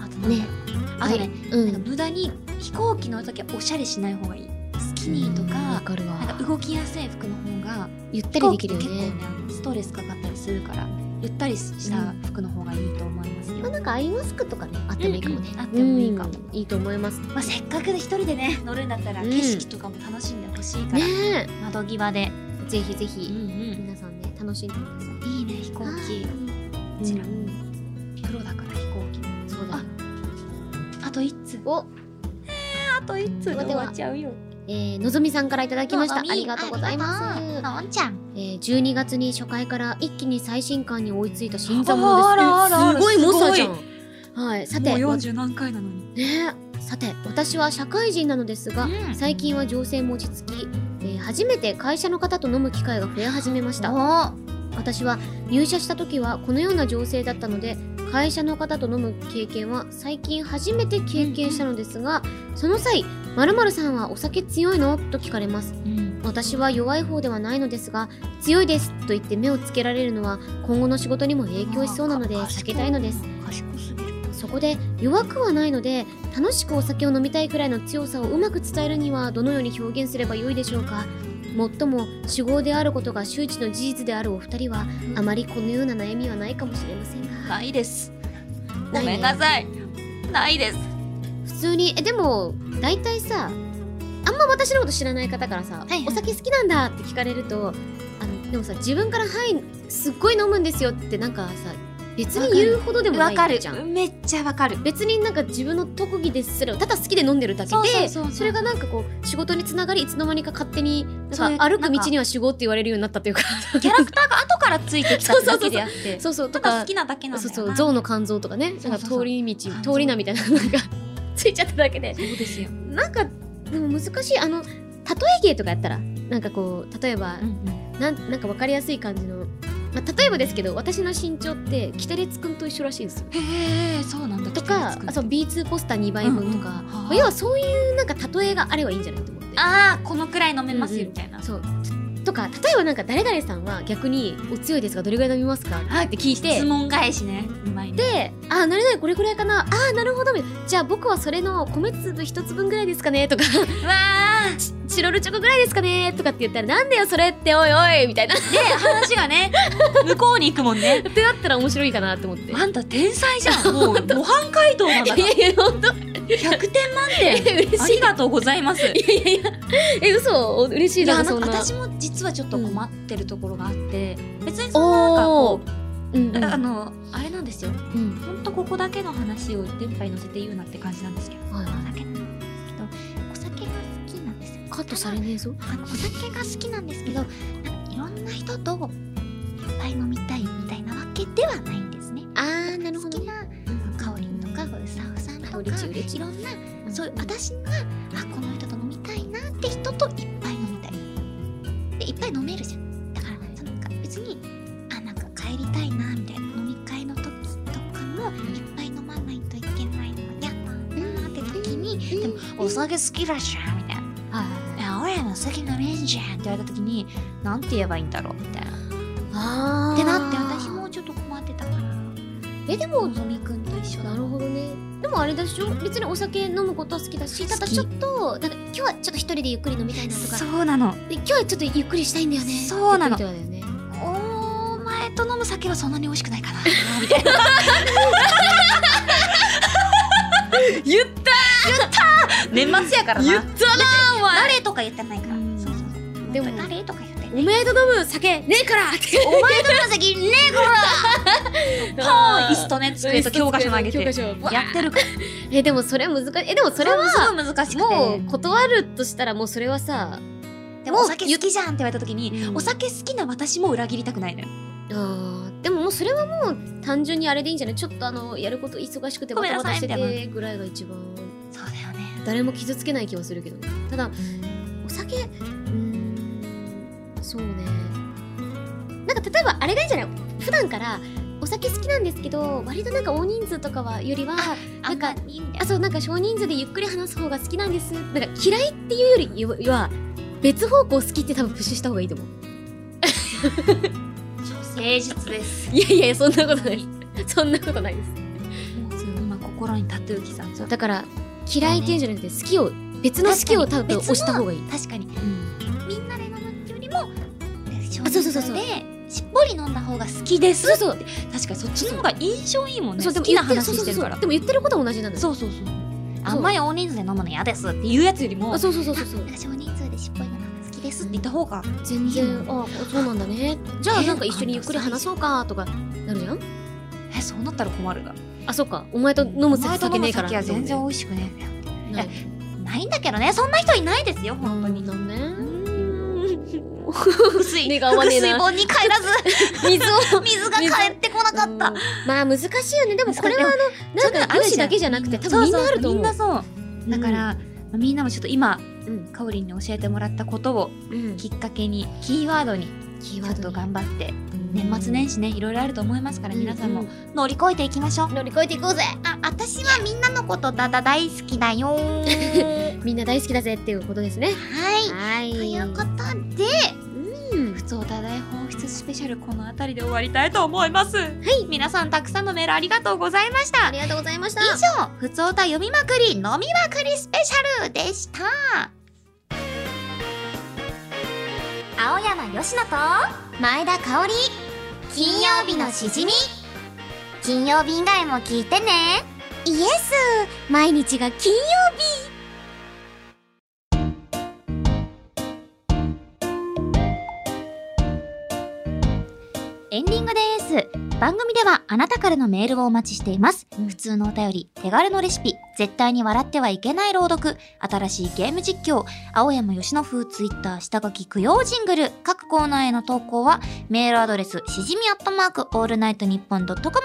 S1: あとね
S2: ね
S1: あとね、
S2: う
S1: なんか無駄に飛行機乗る時はおしゃれしない方がいいスキニーと
S2: わ
S1: か
S2: かるわ
S1: なんか動きやすい服の方が
S2: ゆった
S1: 飛
S2: り
S1: 行
S2: で
S1: 機
S2: き
S1: って
S2: る
S1: 結
S2: よ
S1: 構
S2: ね
S1: ねあのストレスかかったりするからゆったりした服の方がいいと思いますよ、
S2: まあなんかアイマスクとかねあってもいいかもね
S1: うんうんあってもいいかも
S2: うんいいと思います
S1: まあ、せっかくで一人でね乗るんだったら
S2: うん
S1: 景色とかも楽しんでほしいから、
S2: ね
S1: 窓際で、
S2: えぜひぜひ
S1: ん
S2: 皆さんね楽しんでください
S1: うん、いいね飛行機
S2: こ
S1: こちら
S2: も
S1: プロだから飛行機
S2: そうだ
S1: ああと1通
S2: お
S1: あと1通
S2: で終わっ
S1: ちゃうよ
S2: えーのぞみさんからいただきましたあ
S3: のぞみ
S2: りがとうございます
S3: のんちゃん。
S2: えー12月に初回から一気に最新刊に追いついた新参者です
S1: あらあらあら
S2: すごい猛者じゃ
S1: す
S2: んはいさ
S1: も
S2: て
S1: う
S2: わ
S1: 40何回なのに
S2: ねさて私は社会人なのですが、
S1: うん
S2: 最近は情勢も落ち着き、えー初めて会社の方と飲む機会が増え始めました私は入社した時はこのような情勢だったので会社の方と飲む経験は最近初めて経験したのですが、その際「まるさんはお酒強いの?」と聞かれます私は弱い方ではないのですが強いですと言って目をつけられるのは今後の仕事にも影響しそうなので避けたいのです
S1: 賢すぎる
S2: そこで弱くはないので楽しくお酒を飲みたいくらいの強さをうまく伝えるにはどのように表現すればよいでしょうかもっとも主語であることが周知の事実であるお二人はあまりこのような悩みはないかもしれませんが
S1: ないです
S2: な
S1: ご
S2: いね
S1: めんなさいないです
S2: 普通にえでも大体さあんま私のこと知らない方からさ「
S3: いはい
S2: お酒好きなんだ」って聞かれるとあのでもさ自分から「はいすっごい飲むんですよ」ってなんかさ別に言うほどでも
S1: わか
S2: な
S1: る
S2: いじゃん
S1: めっちゃわかる
S2: 別になんか自分の特技ですらただ好きで飲んでるだけで
S1: そ
S2: そ
S1: そう
S2: う
S1: そうそう
S2: れがなんかこう仕事につながりいつの間にか勝手に
S1: そ
S2: な
S1: うい
S2: ん
S1: う
S2: か歩く
S1: なんか
S2: 道には主語って言われるようになったと いうか
S1: キャラクターが後からついてきたってだけであって
S2: そうそうと
S1: ただ
S2: か
S1: 好きなだけなんだ
S2: そう
S1: よな
S2: そう象の肝臓とかね
S1: そう
S2: な
S1: そうん
S2: か
S1: そう
S2: 通り道
S1: 肝臓
S2: 通り名みたいななんかついちゃっただけで
S1: そうですよ、
S2: なんかでも難しいあの例え芸とかやったらなんかこう例えば、なんなんかわかりやすい感じの、まあ、例えばですけど私の身長ってキタレツくんと一緒らしいんですよ
S1: へえそうなんだ
S2: とかあそう B2 ポスター2倍分
S1: うんう
S2: とか、
S1: んはあ
S2: まあ要はそういうなんか例えがあればいいんじゃないと思って
S1: ああこのくらい飲めます
S2: うんう
S1: よ
S2: ん
S1: みたいな、
S2: そうとか例えばなんか誰々さんは逆に「お強いですがどれぐらい飲みますか?」って聞いて
S1: 質問返しねうまいね
S2: で「ああなれないこれぐらいかなああなるほど」みたいなじゃあ僕はそれの米粒一つ分ぐらいですかね」とか
S1: うわあ
S2: 「チロルチョコぐらいですかね?」とかって言ったら「なんだよそれっておいおい」みたいな っ
S1: 話がね 向こうに行くもんね
S2: てなったら面白いかなと思って。
S1: あんた天才じゃんもう模範解答なんだ
S2: い
S1: から
S2: やいや本当
S1: 100点満
S2: 嬉
S1: 点あ
S2: しい
S1: りがとうございます
S2: いやいやいやえ嘘お嬉しい
S1: いや
S2: な
S1: なん
S2: か
S1: ん
S2: そん
S1: か
S2: な
S1: 私も実はちょっと困ってるところがあって、別にそんななんかこう
S2: うんうん
S1: あのあれなんですよ
S2: うん
S1: ほんとここだけの話を電波に乗せて言うなって感じなんですけど
S2: はいは
S3: お酒なんですけど、お酒が好きなんですよ
S2: い。カットされねえぞ
S3: あのお酒が好きなんですけど、なんかいろんな人といっぱい飲みたいみたいなわけではないんですね。
S2: あーなるほ
S3: 好
S2: ど
S3: き
S2: ね
S3: な香りとかスタッフさんとか
S2: うれちうれち
S3: いろんなそういう私があこの人と飲みたいなって人といっぱい飲みたいでいっぱい飲めるじゃんだからそのなんか別にあなんか帰りたいなみたいな飲み会の時とかもいっぱい飲まないといけないのやだなって時に、でもお酒好きだしゃみたいな「いや俺らのお酒飲めんじゃん」って言われた時になんて言えばいいんだろうみたいな
S2: あー
S3: ってなって私もちょっと困ってたから
S2: えでも
S3: のぞみくんと一緒だ
S2: なるほどねでもあれでしょ別にお酒飲むことは好きだしただ
S1: 好き
S2: ちょっとなんか今日はちょっと一人でゆっくり飲みたいなとか
S1: そうなの
S2: で今日はちょっとゆっくりしたいんだよね
S1: そうなの
S2: って言ってたよね
S1: お前と飲む酒はそんなに美味しくないかなみたいな言った言った年末やからな
S2: 言ったな
S3: 誰とか言ってないから、
S1: うん
S3: そうそうそう
S2: でも
S3: 誰とか言って
S2: おめえと飲む酒ねえからって
S3: お前との先ねえか ら
S1: パーン椅子とね机と教科書投げて
S2: 教科書
S1: やってるから
S2: えでもそれは難しいえでもそれは
S1: すごい難しくて
S2: もう断るとしたらもうそれはさ
S1: でもお酒好きじゃんって言われた時に、
S2: うん
S1: お酒好きな私も裏切りたくないのよ
S2: あーでももうそれはもう単純にあれでいいんじゃないちょっとあのやること忙しくて
S1: ご
S2: バ
S1: めん
S2: タ
S1: な
S2: バ
S1: さ
S2: タ
S1: い
S2: して
S1: みた
S2: てぐらいが一番
S1: そうだよね
S2: 誰も傷つけない気はするけどねただお酒うーんそうねなんか例えばあれがいいんじゃない普段からお酒好きなんですけど割となんか大人数とかはよりは
S3: な
S2: なんん
S3: か
S2: か
S3: いいみたい
S2: あそうなんか少人数でゆっくり話す方が好きなんですなんか嫌いっていうよりよりは別方向好きって多分プッシュした方がいいと思う
S3: な芸術です
S2: いやいやそんなことないですそんなことないです
S1: 今心にタトゥー刻ん
S2: そうだから嫌いっていうんじゃなくて好きを別の好きを多分
S3: 確かに別の
S2: 押した方がいい
S3: 確かにみんなで飲むってよりも少
S2: あそうそうそうそう
S3: 人数でしっぽり飲んだ方が好きです
S2: そうそう
S1: 確かにそっちの方が印象いいもんね
S2: そう
S1: 好
S2: でも
S1: き
S2: 言
S1: な
S2: ってる
S1: 話
S2: そう
S1: し
S2: そ
S1: てる
S2: うそう
S1: から
S2: でも言ってることは同じなのよ
S1: そうそうそうあんまり大人数で飲むの嫌ですっていうやつよりも
S2: あそうそうそうそうそう
S3: なんか少人数でしっぽり飲むのが好きです
S1: 言った方が
S2: 全然あそうなんだねじゃあなんか一緒にゆっくり話そうかとかなるじゃん
S1: えそうなったら困るな
S2: あそうかお前と飲む酒酒ねえから
S1: お前と飲む酒は全然美
S2: 多
S1: 味しくねえ
S2: いない
S1: ないんだけどねそんな人いないですよ本当に
S2: なんだね
S1: 腹水
S2: 根が合わ ねえな
S1: 腹水盆に帰らず
S2: 水を
S1: 水が帰ってこなかった
S2: うんまあ難しいよねでもこれは
S1: ちょ
S2: な
S1: っ
S2: ん
S1: とあるじゃん
S2: か女子だけじゃなくて多分みんなあると思う
S1: そうそうみんなそうだから、まあみんなもちょっと今
S2: うん
S1: かおりんに教えてもらったことを
S2: うん
S1: きっかけにキーワードに
S2: キ
S1: ち
S2: ーワ
S1: ょっ
S2: ード
S1: と
S2: ね
S1: 頑張って年末年始ねいろいろあると思いますから皆さん
S2: う
S1: も
S2: んう
S1: 乗り越えていきましょう
S3: 乗り越えていこうぜあ私はみんなのことだだ大好きだよ ー
S2: みんな大好きだぜっていうことですね
S3: は
S2: は
S3: い
S2: い
S3: ということで
S2: うん
S1: 普通お互い放出スペシャルこの辺りで終わりたいと思いますはい皆さんたくさんのメールありがとうございました
S2: ありがとうございました
S3: 以上「ふつおた読みまくり飲みまくりスペシャル」でした
S4: 青山よしのと
S3: 前田香織金曜日のしじみ金曜日以外も聞いてねイエス毎日が金曜
S4: エンディングです番組ではあなたからのメールをお待ちしています、普通のお便り手軽のレシピ絶対に笑ってはいけない朗読新しいゲーム実況青山よしの風ツイッター下書き供養ジングル各コーナーへの投稿はメールアドレスしじみアットマークオールナイトニッポンドットコム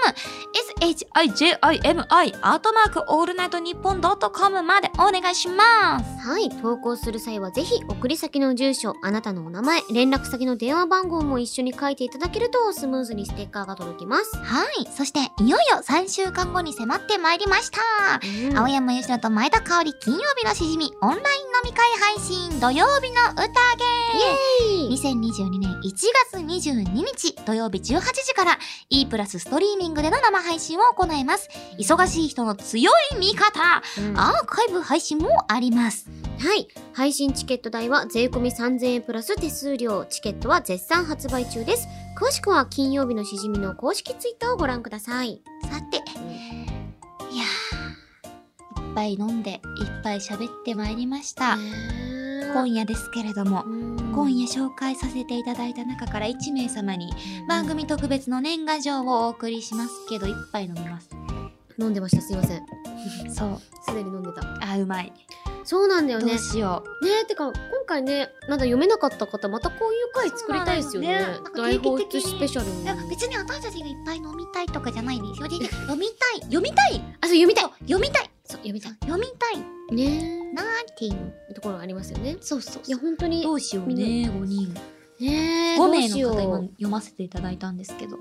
S1: shijimi アートマークオールナイトニッポンドットコムまでお願いします
S2: はい投稿する際はぜひ送り先の住所あなたのお名前連絡先の電話番号も一緒に書いていただけるとスムーズにステッカーが届きます、
S3: はいそしていよいよ3週間後に迫ってまいりました青山佳乃と前田香織金曜日のしじみオンライン飲み会配信土曜日の宴2022年1月22日土曜日18時から E プラスストリーミングでの生配信を行います忙しい人の強い味方
S2: うん
S3: アーカイブ配信もあります
S2: はい配信チケット代は税込み3000円プラス手数料チケットは絶賛発売中です詳しくは金曜日のしじみの公式ツイッターをご覧ください
S3: さて
S4: いやーいっぱい飲んでいっぱい喋ってまいりました、今夜ですけれども今夜紹介させていただいた中から1名様に番組特別の年賀状をお送りしますけど1杯飲みます
S2: 飲んでましたすいません
S4: そう
S2: すでに飲んでた
S1: あうまい
S2: そうなんだよ
S4: ど
S2: ね
S4: うしよう
S2: ねえてか今回ねまだ読めなかった方またこういう回作りたいですよね
S3: そうなの
S2: 大
S3: よね
S2: 放出スペシャル
S3: いや
S2: あ
S3: 別に私たちがいっぱい飲みたいとかじゃないですよでで読みたい
S1: 読みたい
S2: そう読みたい
S3: 読みたい
S2: そう読みたい
S3: 読みたい
S2: ね
S3: なーっていう
S2: えところありますよね
S3: そうそう
S2: いや本当に
S1: どうしようね
S2: み
S1: 5人
S2: ねえ
S1: 5
S2: どう
S1: 名
S2: しよ
S1: の方今
S2: う
S1: 読ませていただいたんですけど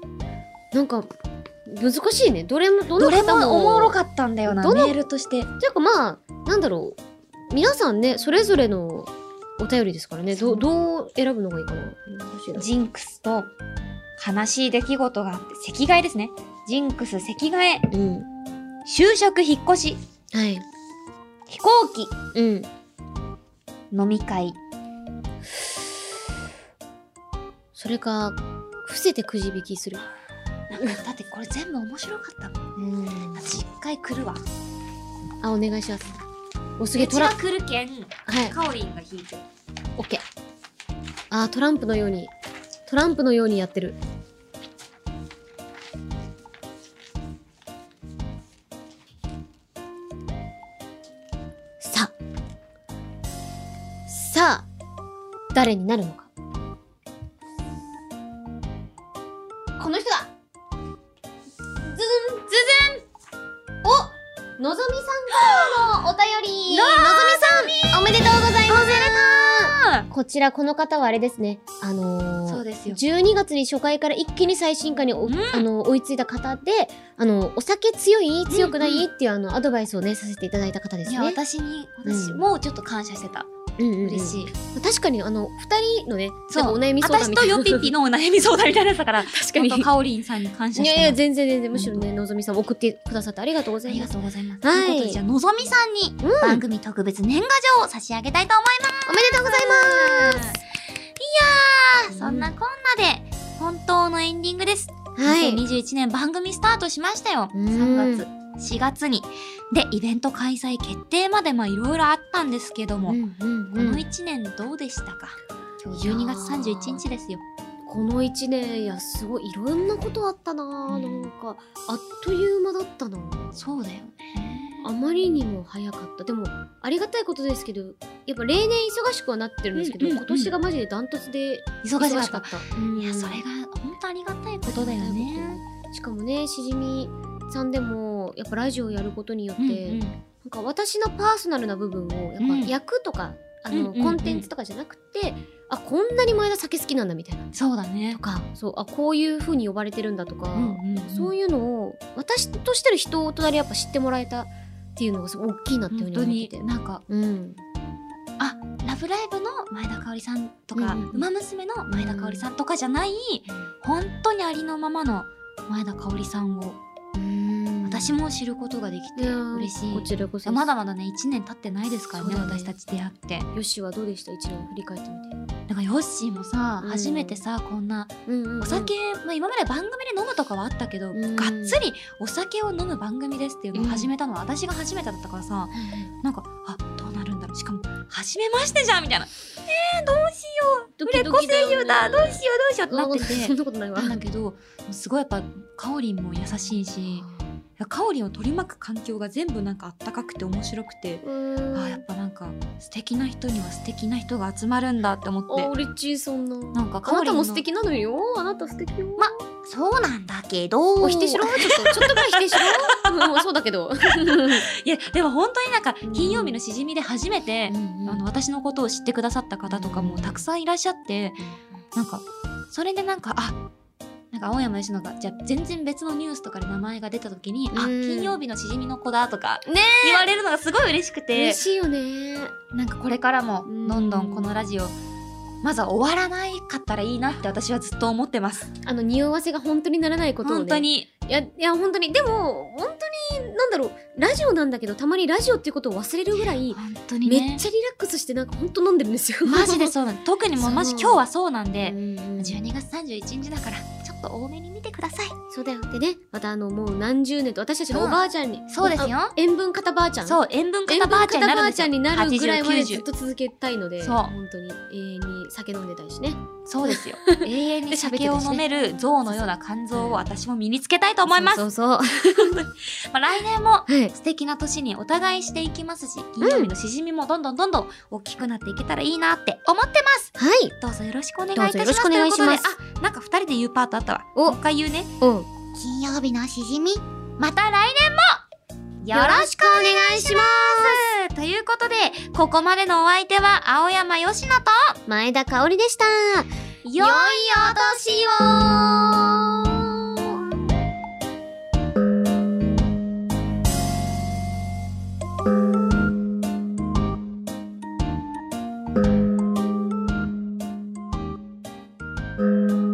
S2: なんか難しいねどれもど
S1: ど
S2: の
S1: れ
S2: 方
S1: もおもろか
S2: っ
S1: ったんだよな
S2: どの
S1: メールとして
S2: たていうかまあなんだろう皆さんねそれぞれのお便りですからねどどう選ぶのがいいかな難しいな
S1: ジンクスと悲しい出来事があって席替えですねジンクス席替え
S2: うん
S1: 就職引っ越し
S2: はい
S1: 飛行機
S2: うん
S1: 飲み会
S2: それか伏せてくじ引きする
S1: なんかだってこれ全部面白かったもん私一回来るわ
S2: あお願いしますおすげ
S1: う
S2: ト
S1: ち
S2: ラ
S1: は来るけん
S2: はい
S1: かおりんが引いて
S2: オッケーあートランプのようにトランプのようにやってるさあさあ誰になるのかこの人だズズンズズンおのぞみさんからのお便りのぞみさんおめでとうございますこちらこの方はあれですねあのー
S1: そうですよ。
S2: 12月に初回から一気に最新化にお、あの追いついた方であのお酒強い強くない、っていうあのアドバイスをねさせていただいた方です
S1: いや、
S2: ね。
S1: 私に、私
S2: うん
S1: もうちょっと感謝してた。
S2: うんうんうん
S1: 嬉しい。
S2: 確かにあの二人のね
S1: そう
S2: なんかお悩み相談
S1: 私
S2: みた
S1: と
S2: いな
S1: ヨピピ のお悩み相談みたいなやつだから、
S2: 確か
S1: ちょ
S2: に
S1: っとカオリンさんに感謝
S2: い
S1: し
S2: や
S1: て
S2: いや
S1: ます。
S2: 全然全然むしろねのぞみさん送ってくださってありがとうござ
S1: あ
S2: い
S1: り
S2: ま
S1: が
S2: す。
S1: とうございます。
S2: はい
S1: ということで、じゃあ、のぞみさんに
S2: うん、おめ
S1: 番
S2: で
S1: 組特別年賀状を差し上げたいと思い
S2: とうございます。
S1: ます。そんなこんなで、本当のエンディングです。
S2: はい。
S1: 2021年番組スタートしましたよ。
S2: うん
S1: 3月、4月に。で、イベント開催決定まで、まあ、いろいろあったんですけども、
S2: うん
S1: この1年どうでしたか今日12月31日ですよ。
S2: この一年いやすごいいろんなことあったな
S1: う
S2: ぁ
S1: ん
S2: なんかあっという間だったなぁ
S1: そうだよね。
S2: あまりにも早かったでもありがたいことですけどやっぱ例年忙しくはなってるんですけど、
S1: うんうんうん
S2: 今年がマジでダントツで
S1: 忙
S2: 忙
S1: し
S2: し
S1: かっ
S2: かったた。
S1: いや、それが本当ありがたいことだよね。
S2: しかもねしじみさんでもやっぱラジオをやることによって、
S1: うんうん
S2: なんか私のパーソナルな部分をやっ
S1: う
S2: ぱ
S1: ん
S2: 役とか、
S1: うんうん
S2: あの
S1: うん
S2: コンテンツとかじゃなくて、あこんなに前田酒好きなんだみたいな
S1: そうだね
S2: と。かそうあこういう風に呼ばれてるんだとか、
S1: うんうん
S2: そういうのを私としてる人を大人にやっぱ知ってもらえたっていうのがすごい大きいなっていうふう
S1: 本
S2: に
S1: 当に
S2: 思ってて。
S1: なんか
S2: うん、
S1: 「ラブライブ!」の前田香織さんとか「
S2: うんうん
S1: ウマ娘」の前田香織さんとかじゃない本当にありのままの前田香織さんを私も知ることができ
S2: い
S1: て
S2: やー
S1: 嬉し
S2: こ
S1: い
S2: ちらこそ
S1: まだまだね1年経ってないですからね
S2: そうだね
S1: 私たち出会って
S2: よしはどうでした一年振り返ってみて、
S1: なんかヨッシーもさ
S2: うん
S1: 初めてさこんなお酒、まあ、今まで番組で飲むとかはあったけど、
S2: ん
S1: がっつりお酒を飲む番組ですっていうのを始めたのは私が初めてだったからさ、なんかあどうなるんだろうしかも「初めましてじゃん」みたいな「えー、どうしよう
S2: ド
S1: 売
S2: キ
S1: れっ
S2: ド
S1: 子
S2: キだよ
S1: 声
S2: ね
S1: 優だどうしようどうしよう」ってな
S2: な
S1: って
S2: そ
S1: て
S2: んなことないわ
S1: なんだけどすごいやっぱかおりんも優しいしかおりんを取り巻く環境が全部なんかあったかくて面白くて。
S2: うーん
S1: あーやっぱなんか素敵な人には素敵な人が集まるんだって思
S2: あ
S1: って
S2: 俺っちそんな
S1: なんか
S2: あ
S1: かお
S2: な
S1: り
S2: た
S1: んの
S2: も素敵なのよあなた素敵よ
S1: まそうなんだけど
S2: お否定しろちょっとちょっとぐらい否定し ろうんそうだけど、
S1: いやでも本当になんか金曜日のしじみで初めて、
S2: うん
S1: あの私のことを知ってくださった方とかもたくさんいらっしゃって、なんかそれでなんかあなんか青山佳乃がじゃあ全然別のニュースとかで名前が出た時に「あ
S2: うん
S1: 金曜日のしじみの子だ」とか
S2: ね
S1: 言われるのがすごい嬉しくて
S2: 嬉しいよね
S1: なんかこれからも
S2: うん
S1: どんどんこのラジオまずは終わらないかったらいいなって私はずっと思ってます。
S2: あの匂わせが本当にならないことをね
S1: 本当に
S2: いやいや本当にでも本当になんだろうラジオなんだけどたまにラジオっていうことを忘れるぐらい、
S1: 本当に
S2: めっ
S1: ね
S2: ちゃリラックスしてなんか本当飲んでるんですよ
S1: マジで そうなん特にもうマジ
S2: そう
S1: 今日はそうなんで、
S2: 12
S1: 12月31日だからちょっと多めに見てください
S2: そうだよでねまたあのもう何十年と私たちのおばあちゃんに、
S1: そうですよ
S2: あ塩分型ばあちゃん
S1: そう塩分
S2: 塩
S1: 型
S2: 分
S1: ばあちゃんにな
S2: 型
S1: る
S2: ば
S1: ん
S2: あ
S1: で
S2: ち
S1: す
S2: ゃ
S1: よ
S2: んになるぐらいまでずっ
S1: 8090
S2: と続けたいので
S1: そう
S2: 本当に永遠に酒飲んでたいしね
S1: そうです よ永遠に
S2: で喋ってた
S1: 酒
S2: しね
S1: を飲める象のような肝臓を私も身につけたいと思います
S2: そうそうそ
S1: まあ、来年も
S2: うはい
S1: 素敵な年にお互いしていきますし金曜日のしじみもどんどんどんどん大きくなっていけたらいいなって思ってます
S2: はい
S1: どうぞよろしくお願いい
S2: ど
S1: たします
S2: うぞよろしくお願いします
S1: ということであなんか二人で言うパートあったわ
S2: お
S1: もう一回言うね
S2: うん
S3: 金曜日のしじみ
S1: また来年もよろしくお願いしますということでここまでのお相手は青山佳乃と
S2: 前田香織でした
S1: 良いお年を
S5: 「